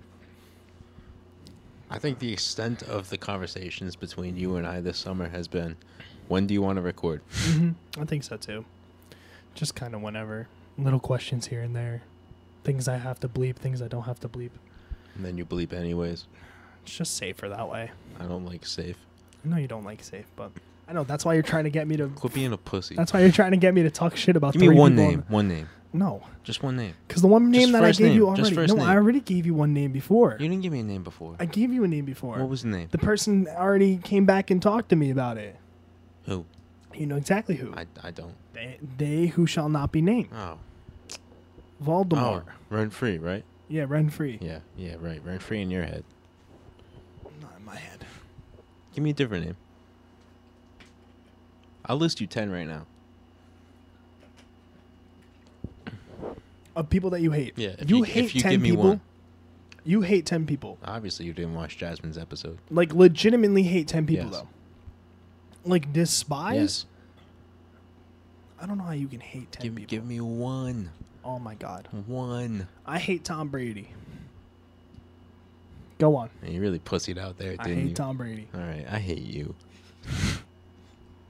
S2: I think the extent of the conversations between you and I this summer has been, when do you want to record?
S1: I think so too. Just kind of whenever. Little questions here and there. Things I have to bleep, things I don't have to bleep.
S2: And then you bleep anyways.
S1: It's just safer that way.
S2: I don't like safe.
S1: I know you don't like safe, but I know that's why you're trying to get me to.
S2: Quit being a pussy.
S1: That's why you're trying to get me to talk shit about.
S2: Give me
S1: three
S2: one
S1: people on
S2: name. One name.
S1: the- no,
S2: Just one name.
S1: because the one
S2: Just
S1: name that I
S2: first
S1: gave you
S2: name, just
S1: already.
S2: first
S1: No, I
S2: name.
S1: already gave you one name before.
S2: You didn't give me a name before.
S1: I gave you a name before.
S2: What was the name?
S1: the person already came back and talked to me about it.
S2: Who?
S1: You know exactly who.
S2: I, I don't.
S1: they, they who shall not be named.
S2: Oh. Oh,
S1: Voldemort.
S2: run free, right?
S1: Yeah, Renfrey.
S2: Yeah, yeah, right. Rent free in your head.
S1: Not in my head.
S2: Give me a different name. I'll list you ten right now.
S1: of people that you hate.
S2: Yeah. If
S1: you,
S2: you,
S1: hate
S2: if you
S1: ten
S2: give me
S1: people.
S2: one,
S1: You hate ten people.
S2: obviously you didn't watch Jasmine's episode.
S1: Like legitimately hate ten people
S2: Yes.
S1: though. Like despise.
S2: Yes.
S1: I don't know how you can hate ten
S2: Give me,
S1: people.
S2: give me one,
S1: Oh my god,
S2: one.
S1: I hate Tom Brady. Go on.
S2: Man, you really pussied out there, didn't
S1: I hate
S2: you?
S1: Tom Brady.
S2: All right, I hate you.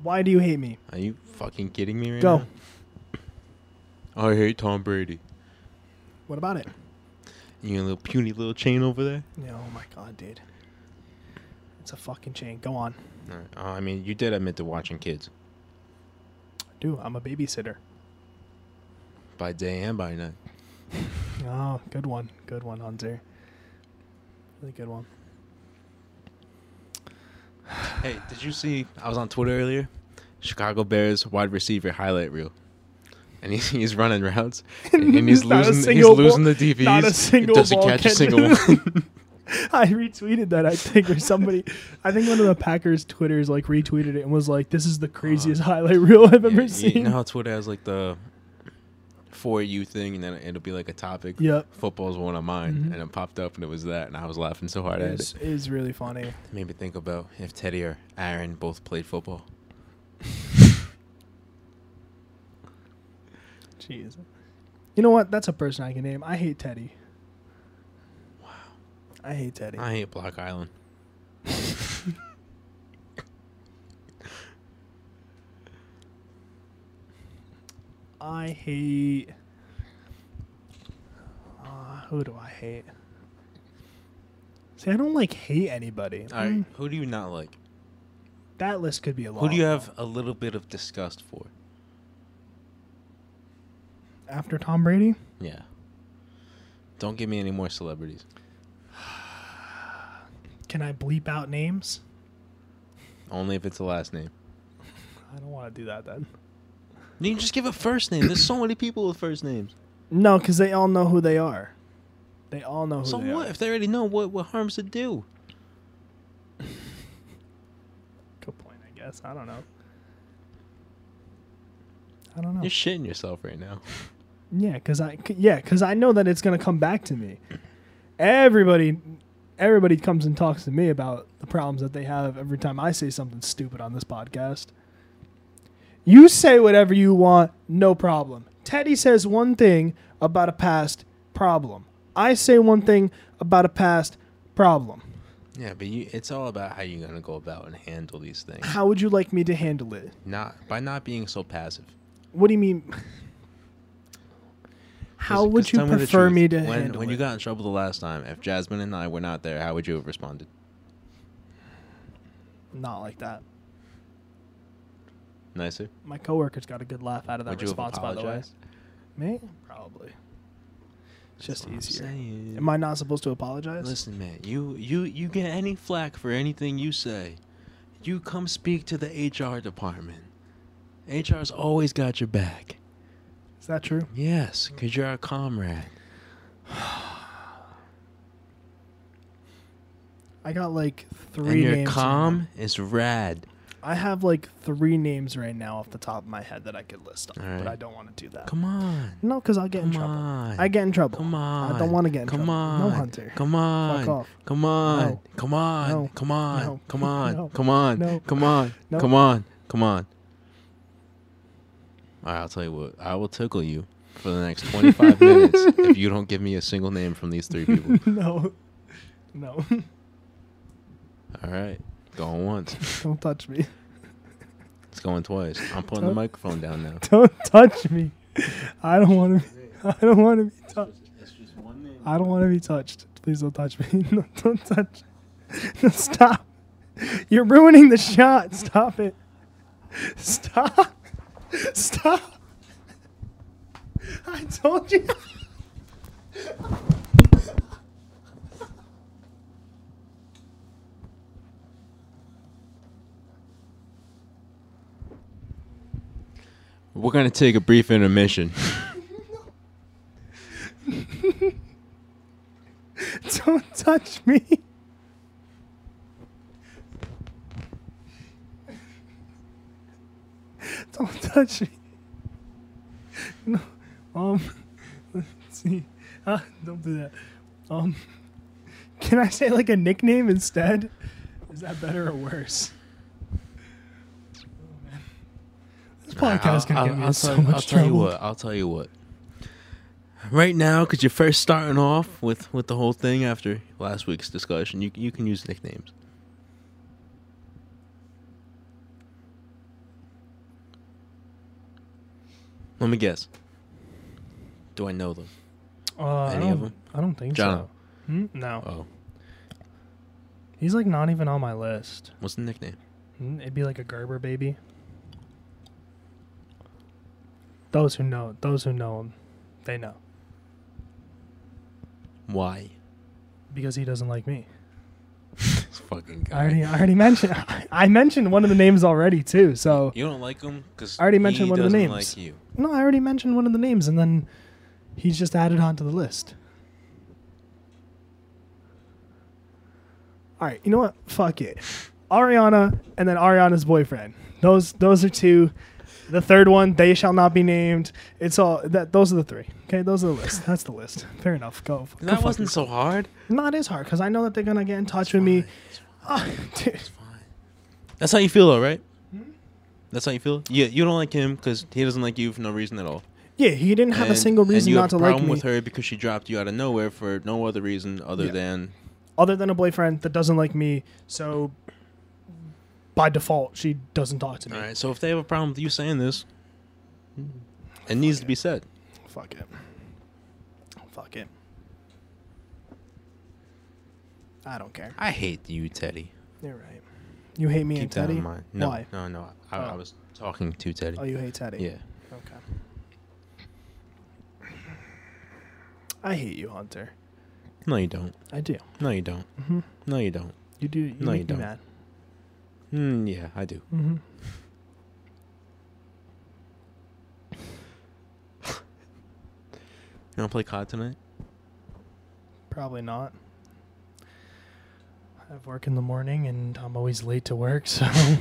S1: Why do you hate me?
S2: Are you fucking kidding me right
S1: Go.
S2: now? I hate Tom Brady.
S1: What about it?
S2: You little puny little chain over there.
S1: Yeah, oh my god, dude. It's a fucking chain. Go on.
S2: All right. Oh, I mean, you did admit to watching kids
S1: Dude, I'm a babysitter.
S2: by day and by night.
S1: Oh, good one. Good one, Hunter. Really good one.
S2: Hey, did you see? I was on Twitter earlier. Chicago Bears wide receiver highlight reel, and he's, he's running routes and, and he's
S1: Not a
S2: losing he's
S1: single
S2: losing
S1: ball-
S2: the DVs.
S1: not a single
S2: doesn't
S1: ball
S2: catch a
S1: catch.
S2: single one.
S1: I retweeted that, I think, or somebody. I think one of the Packers' Twitters like retweeted it and was like, "This is the craziest highlight reel I've ever
S2: Uh, Yeah,
S1: seen."
S2: You know how Twitter has like the for you thing, and then it'll be like a topic.
S1: Yep.
S2: Football's one of mine,
S1: Mhm.
S2: and it popped up, and it was that, and I was laughing so hard at
S1: It's,
S2: it.
S1: it's really funny.
S2: Made me think about if Teddy or Aaron both played football.
S1: Jeez. You know what? That's a person I can name. I hate Teddy. Wow. I hate Teddy.
S2: I hate Block Island.
S1: I hate. Uh, who do I hate? See, I don't like hate anybody.
S2: All right,
S1: Mm,
S2: who do you not like?
S1: That list could be a long.
S2: Who do you
S1: one.
S2: have a little bit of disgust for?
S1: after Tom Brady?
S2: Yeah. Don't give me any more celebrities.
S1: Can I bleep out names?
S2: Only if it's the last name.
S1: I don't want to do that then.
S2: You can just give a first name. There's so many people with first names.
S1: No, because they all know who they are. They all know who
S2: so
S1: they
S2: what?
S1: are.
S2: If they already know what what harms it do?
S1: Good point, I guess. I don't know. I don't know.
S2: You're shitting yourself right now.
S1: Yeah, cause I c- yeah, cause I know that it's gonna come back to me. Everybody, everybody comes and talks to me about the problems that they have every time I say something stupid on this podcast. You say whatever you want, no problem. Teddy says one thing about a past problem. I say one thing about a past problem.
S2: Yeah, but you, it's all about how you're gonna go about and handle these things.
S1: How would you like me to handle it?
S2: Not by not being so passive.
S1: What do you mean? How
S2: 'Cause-
S1: would
S2: 'cause
S1: you
S2: tell the
S1: prefer
S2: truth.
S1: me to
S2: when
S1: handle
S2: when
S1: it?
S2: you got in trouble the last time? If Jasmine and I were not there, how would you have responded?
S1: Not like that.
S2: Nicer.
S1: My coworker's got a good laugh out of that
S2: would you have
S1: response, by the way.
S2: apologized?
S1: Me? Probably. It's just
S2: That's what I'm
S1: easier.
S2: saying.
S1: Am I not supposed to apologize?
S2: Listen, man, you you you get any flack for anything you say, you come speak to the HR department. HR's always got your back.
S1: Is that true?
S2: Yes, because you're our comrade.
S1: I got like three
S2: and your
S1: names. right
S2: com is rad.
S1: now. I have like three names right now off the top of my head that I could list off,
S2: All
S1: but
S2: right.
S1: I don't want to do that.
S2: Come on.
S1: no, because I'll get in
S2: Come
S1: trouble.
S2: on.
S1: I get in trouble.
S2: Come on.
S1: I don't want to get in
S2: Come
S1: trouble.
S2: on.
S1: No, Hunter.
S2: Come on.
S1: off.
S2: Come on.
S1: No.
S2: Come on.
S1: No.
S2: Come on.
S1: No.
S2: Come on.
S1: No.
S2: Come on.
S1: No.
S2: Come on.
S1: No.
S2: Come on. Come on. All right, I'll tell you what. I will tickle you for the next 25 minutes if you don't give me a single name from these three people.
S1: no. No.
S2: All right. Going once.
S1: don't touch me.
S2: It's going twice. I'm putting the
S1: Don't-
S2: microphone down now.
S1: Don't touch me. I don't want to. I don't want to be touched. I don't want to be touched. Please don't touch me. No, don't touch. No, stop. You're ruining the shot. Stop it. Stop. Stop. I told you.
S2: We're going to take a brief intermission.
S1: Don't touch me. Don't touch me. No, mom, um, See, huh? don't do that. Um, can I say like a nickname instead? Is that better or worse? Oh, man. This podcast is gonna get me in so
S2: tell,
S1: much
S2: I'll tell
S1: trouble.
S2: you what. I'll tell you what. Right now, because you're first starting off with with the whole thing after last week's discussion, you you can use nicknames. Let me guess. Do I know them?
S1: Uh, I
S2: Any of
S1: don't-
S2: them?
S1: I don't think
S2: Jono.
S1: so. Hmm? No,
S2: Oh,
S1: he's like not even on my list.
S2: what's the nickname?
S1: Hmm, It'd be like a Gerber baby. Those who know, those who know him, they know
S2: Why?
S1: because he doesn't like me.
S2: this fucking
S1: I
S2: guy.
S1: already, I already mentioned, I mentioned one of the names already too. So
S2: you don't like him because
S1: I already mentioned one of the names.
S2: Like you.
S1: no, I already mentioned one of the names, and then he's just added onto the list. All right, you know what? Fuck it, Ariana, and then Ariana's boyfriend. Those, those are two. The third one, they shall not be named. It's all that. Those are the three. Okay, those are the list. That's the list. Fair enough. Go. go
S2: That
S1: fuck
S2: wasn't
S1: yourself.
S2: so hard.
S1: Not as hard because I know that they're gonna get in touch
S2: It's
S1: with me.
S2: fine. It's fine.
S1: Ah, dude.
S2: It's fine. That's how you feel, though, right? Hmm? That's how you feel. Yeah, you don't like him because he doesn't like you for no reason at all.
S1: Yeah, he didn't have a
S2: And-
S1: single reason
S2: and you
S1: not
S2: have
S1: to
S2: a
S1: like
S2: problem
S1: me,
S2: with her because she dropped you out of nowhere for no other reason other
S1: Yeah.
S2: than
S1: other than a boyfriend that doesn't like me. So by default, she doesn't talk to me.
S2: all right. So if they have a problem with you saying this, it needs to be said.
S1: Fuck it. Fuck it. I don't care.
S2: I hate you, Teddy.
S1: You're right. You hate me
S2: Keep
S1: and
S2: that
S1: Teddy.
S2: in mind. No,
S1: Why?
S2: no, no. I, I
S1: Oh.
S2: was talking to Teddy.
S1: Oh, you hate Teddy.
S2: yeah.
S1: Okay. I hate you, Hunter.
S2: No, you don't.
S1: I do.
S2: No, you don't.
S1: hmm
S2: No, you don't.
S1: You do. You
S2: No,
S1: make me
S2: you don't.
S1: mad.
S2: Mm, yeah, I do.
S1: Mm-hmm.
S2: You want to play COD tonight?
S1: Probably not. I have work in the morning and I'm always late to work, so
S2: How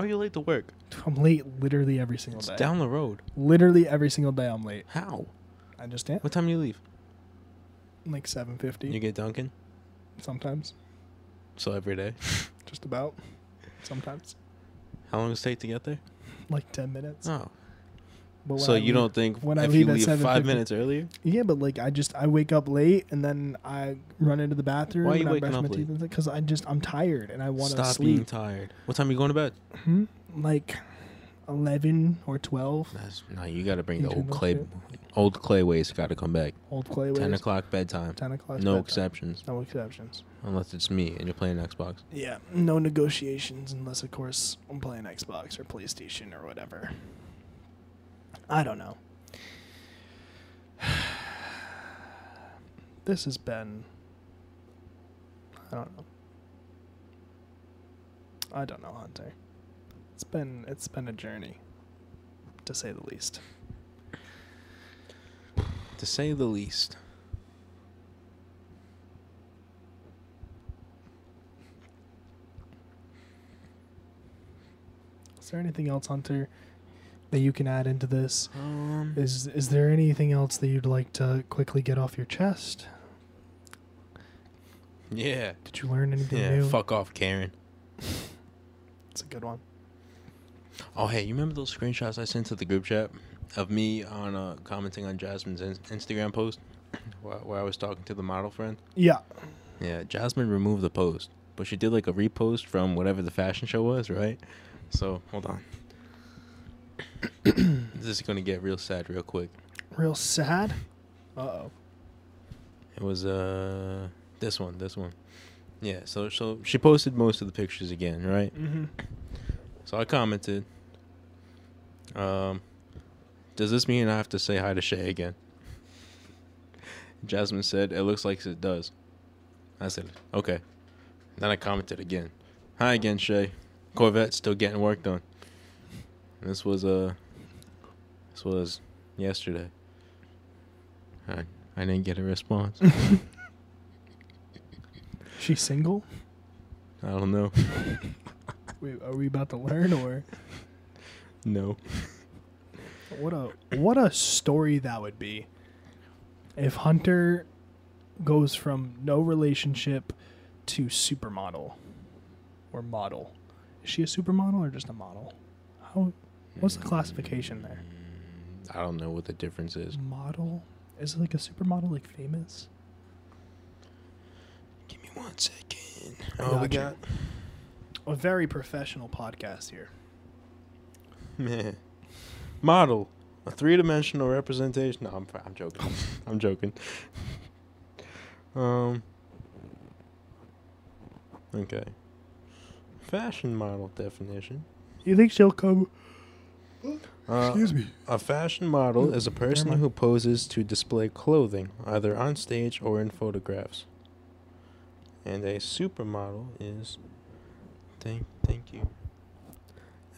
S2: are you late to work?
S1: I'm late literally every single
S2: It's
S1: day.
S2: down the road.
S1: Literally every single day I'm late.
S2: How?
S1: I just am.
S2: What time do you leave?
S1: Like seven
S2: You
S1: fifty
S2: get Duncan?
S1: sometimes.
S2: So every day.
S1: Just about. Sometimes.
S2: How long does it take to get there?
S1: Like ten minutes.
S2: Oh.
S1: But
S2: So
S1: I
S2: you
S1: leave-
S2: don't think
S1: when I
S2: if
S1: leave
S2: you
S1: at
S2: leave five
S1: 7:50
S2: minutes earlier?
S1: Yeah, but like I just I wake up late and then I run into the bathroom
S2: Why are you
S1: and I
S2: waking
S1: brush
S2: up
S1: my
S2: late?
S1: teeth and because I just I'm tired and I want to
S2: Stop being
S1: sleep.
S2: tired. What time are you going to bed?
S1: Hmm? Like eleven or twelve.
S2: That's, no, you got to bring the
S1: Adrian,
S2: old
S1: don't
S2: clay.
S1: do
S2: Old clay waste got to come back.
S1: Old clay
S2: Ten
S1: waves.
S2: o'clock bedtime.
S1: Ten o'clock.
S2: no
S1: bedtime.
S2: exceptions,
S1: No exceptions.
S2: unless it's me and you're playing Xbox.
S1: Yeah, no negotiations unless, of course, I'm playing Xbox or PlayStation or whatever. I don't know. This has been. I don't know. I don't know, Hunter. It's been it's been a journey, to say the least.
S2: To say the least.
S1: Is there anything else, Hunter, that you can add into this?
S2: Um,
S1: Is is there anything else that you'd like to quickly get off your chest?
S2: yeah.
S1: Did you learn anything
S2: Yeah.
S1: new?
S2: Fuck off, Karen.
S1: It's a good one.
S2: Oh hey, you remember those screenshots I sent to the group chat of me on uh, commenting on Jasmine's in- Instagram post where, where I was talking to the model friend?
S1: Yeah.
S2: Yeah, Jasmine removed the post, but she did like a repost from whatever the fashion show was, right? So hold on. this is gonna get real sad real quick.
S1: Real sad. Uh oh.
S2: It was uh this one, this one. Yeah, so so she posted most of the pictures again, right?
S1: Mm-hmm.
S2: So I commented. Um, does this mean I have to say hi to Shay again? Jasmine said, "It looks like it does." I said, "Okay." Then I commented again. Hi again, Shay. Corvette still getting work done. And this was uh, this was yesterday. I I didn't get a response.
S1: She's single.
S2: I don't know.
S1: Wait, are we about to learn or?
S2: No.
S1: What a what a story that would be. If Hunter goes from no relationship to supermodel or model. Is she a supermodel or just a model? How what's the classification there?
S2: I don't know what the difference is.
S1: Model? Is it like a supermodel like famous?
S2: Give me one second.
S1: Oh, we Gotcha. A very professional podcast here.
S2: Man. Model. A three dimensional representation. No, I'm, I'm joking. I'm joking. um. Okay. Fashion model definition.
S1: You think she'll come
S2: Uh,
S1: me.
S2: A fashion model is a person
S1: mind.
S2: who poses to display clothing, either on stage or in photographs. And a supermodel is. Thank, thank you.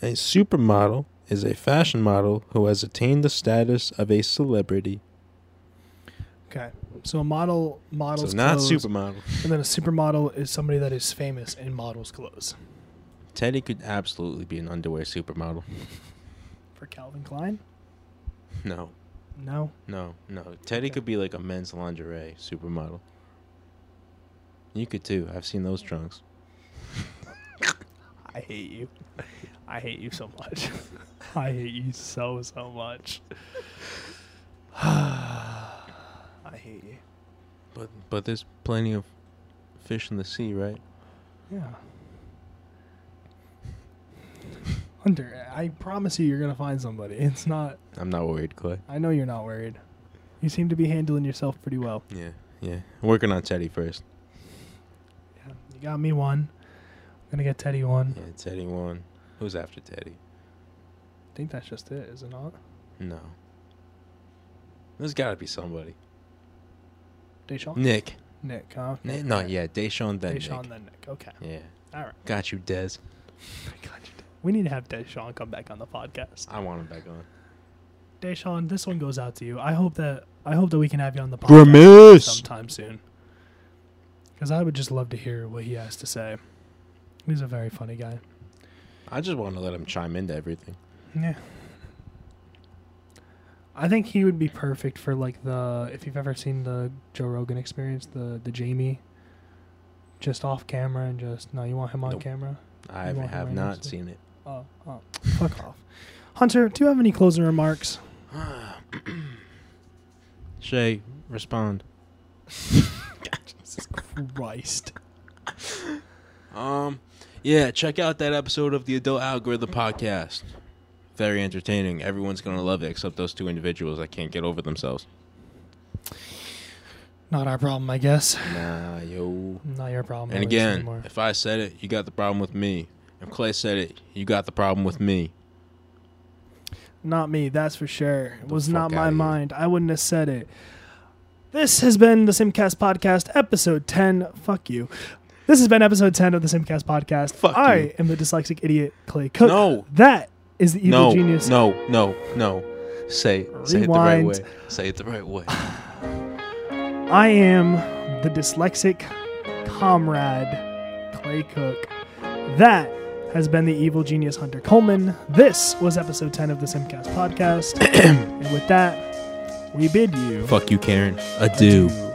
S2: A supermodel is a fashion model who has attained the status of a celebrity.
S1: Okay. So a model models
S2: so not
S1: clothes,
S2: supermodel.
S1: and then a supermodel is somebody that is famous in models clothes.
S2: Teddy could absolutely be an underwear supermodel.
S1: For Calvin Klein?
S2: No,
S1: No.
S2: no, no. Teddy
S1: Okay.
S2: could be like a men's lingerie supermodel. You could too. I've seen those trunks.
S1: I hate you. I hate you so much. I hate you so so much. I hate you.
S2: But but there's plenty of fish in the sea, right?
S1: Yeah. Hunter, I promise you, you're gonna find somebody. It's not.
S2: I'm not worried, Clay.
S1: I know you're not worried. You seem to be handling yourself pretty well.
S2: Yeah, yeah. Working on Teddy first.
S1: Yeah, you got me one. I'm gonna get Teddy one.
S2: Yeah, Teddy won. Who's after Teddy?
S1: I think that's just it, is it not?
S2: No. There's got to be somebody.
S1: Deshaun.
S2: Nick.
S1: Nick, huh?
S2: Ni- no, yeah, Deshaun then
S1: Deshaun
S2: Nick.
S1: then Nick. Okay.
S2: Yeah.
S1: All right.
S2: Got you, Des.
S1: We need to have Deshaun come back on the podcast.
S2: I want him back on.
S1: Deshaun, this one goes out to you. I hope that I hope that we can have you on the podcast
S2: Grimace!
S1: sometime soon. Because I would just love to hear what he has to say. He's a very funny guy.
S2: I just want to let him chime into everything.
S1: Yeah. I think he would be perfect for like the if you've ever seen the Joe Rogan experience, the the Jamie just off camera and just no, you want him on
S2: Nope.
S1: camera?
S2: I
S1: You
S2: have,
S1: want him
S2: have
S1: right
S2: not
S1: next to-
S2: seen it.
S1: Oh, oh fuck off. Hunter, do you have any closing remarks?
S2: Shay, respond.
S1: Jesus Christ.
S2: Um, yeah, check out that episode of the Adult Algorithm podcast. Very entertaining. Everyone's gonna love it, except those two individuals that can't get over themselves.
S1: Not our problem, I guess.
S2: Nah, yo.
S1: Not your problem.
S2: And
S1: really,
S2: again,
S1: anymore.
S2: if I said it, you got the problem with me. If Clay said it, you got the problem with me.
S1: Not me, that's for sure. It
S2: The
S1: was
S2: fuck
S1: not my
S2: outta here.
S1: mind. I wouldn't have said it. This has been the Simcast Podcast, episode 10. Fuck you. This has been episode 10 of the Simcast Podcast.
S2: Fuck
S1: I
S2: you.
S1: am the dyslexic idiot, Clay Cook.
S2: No.
S1: That is the evil
S2: no,
S1: genius.
S2: no, no, no. Say, it. say it the right
S1: Rewind.
S2: way. Say it the right way.
S1: I am the dyslexic comrade, Clay Cook. That has been the evil genius, Hunter Coleman. This was episode 10 of the Simcast Podcast. and with that, we bid you.
S2: Fuck you, Karen. Adieu.
S1: adieu.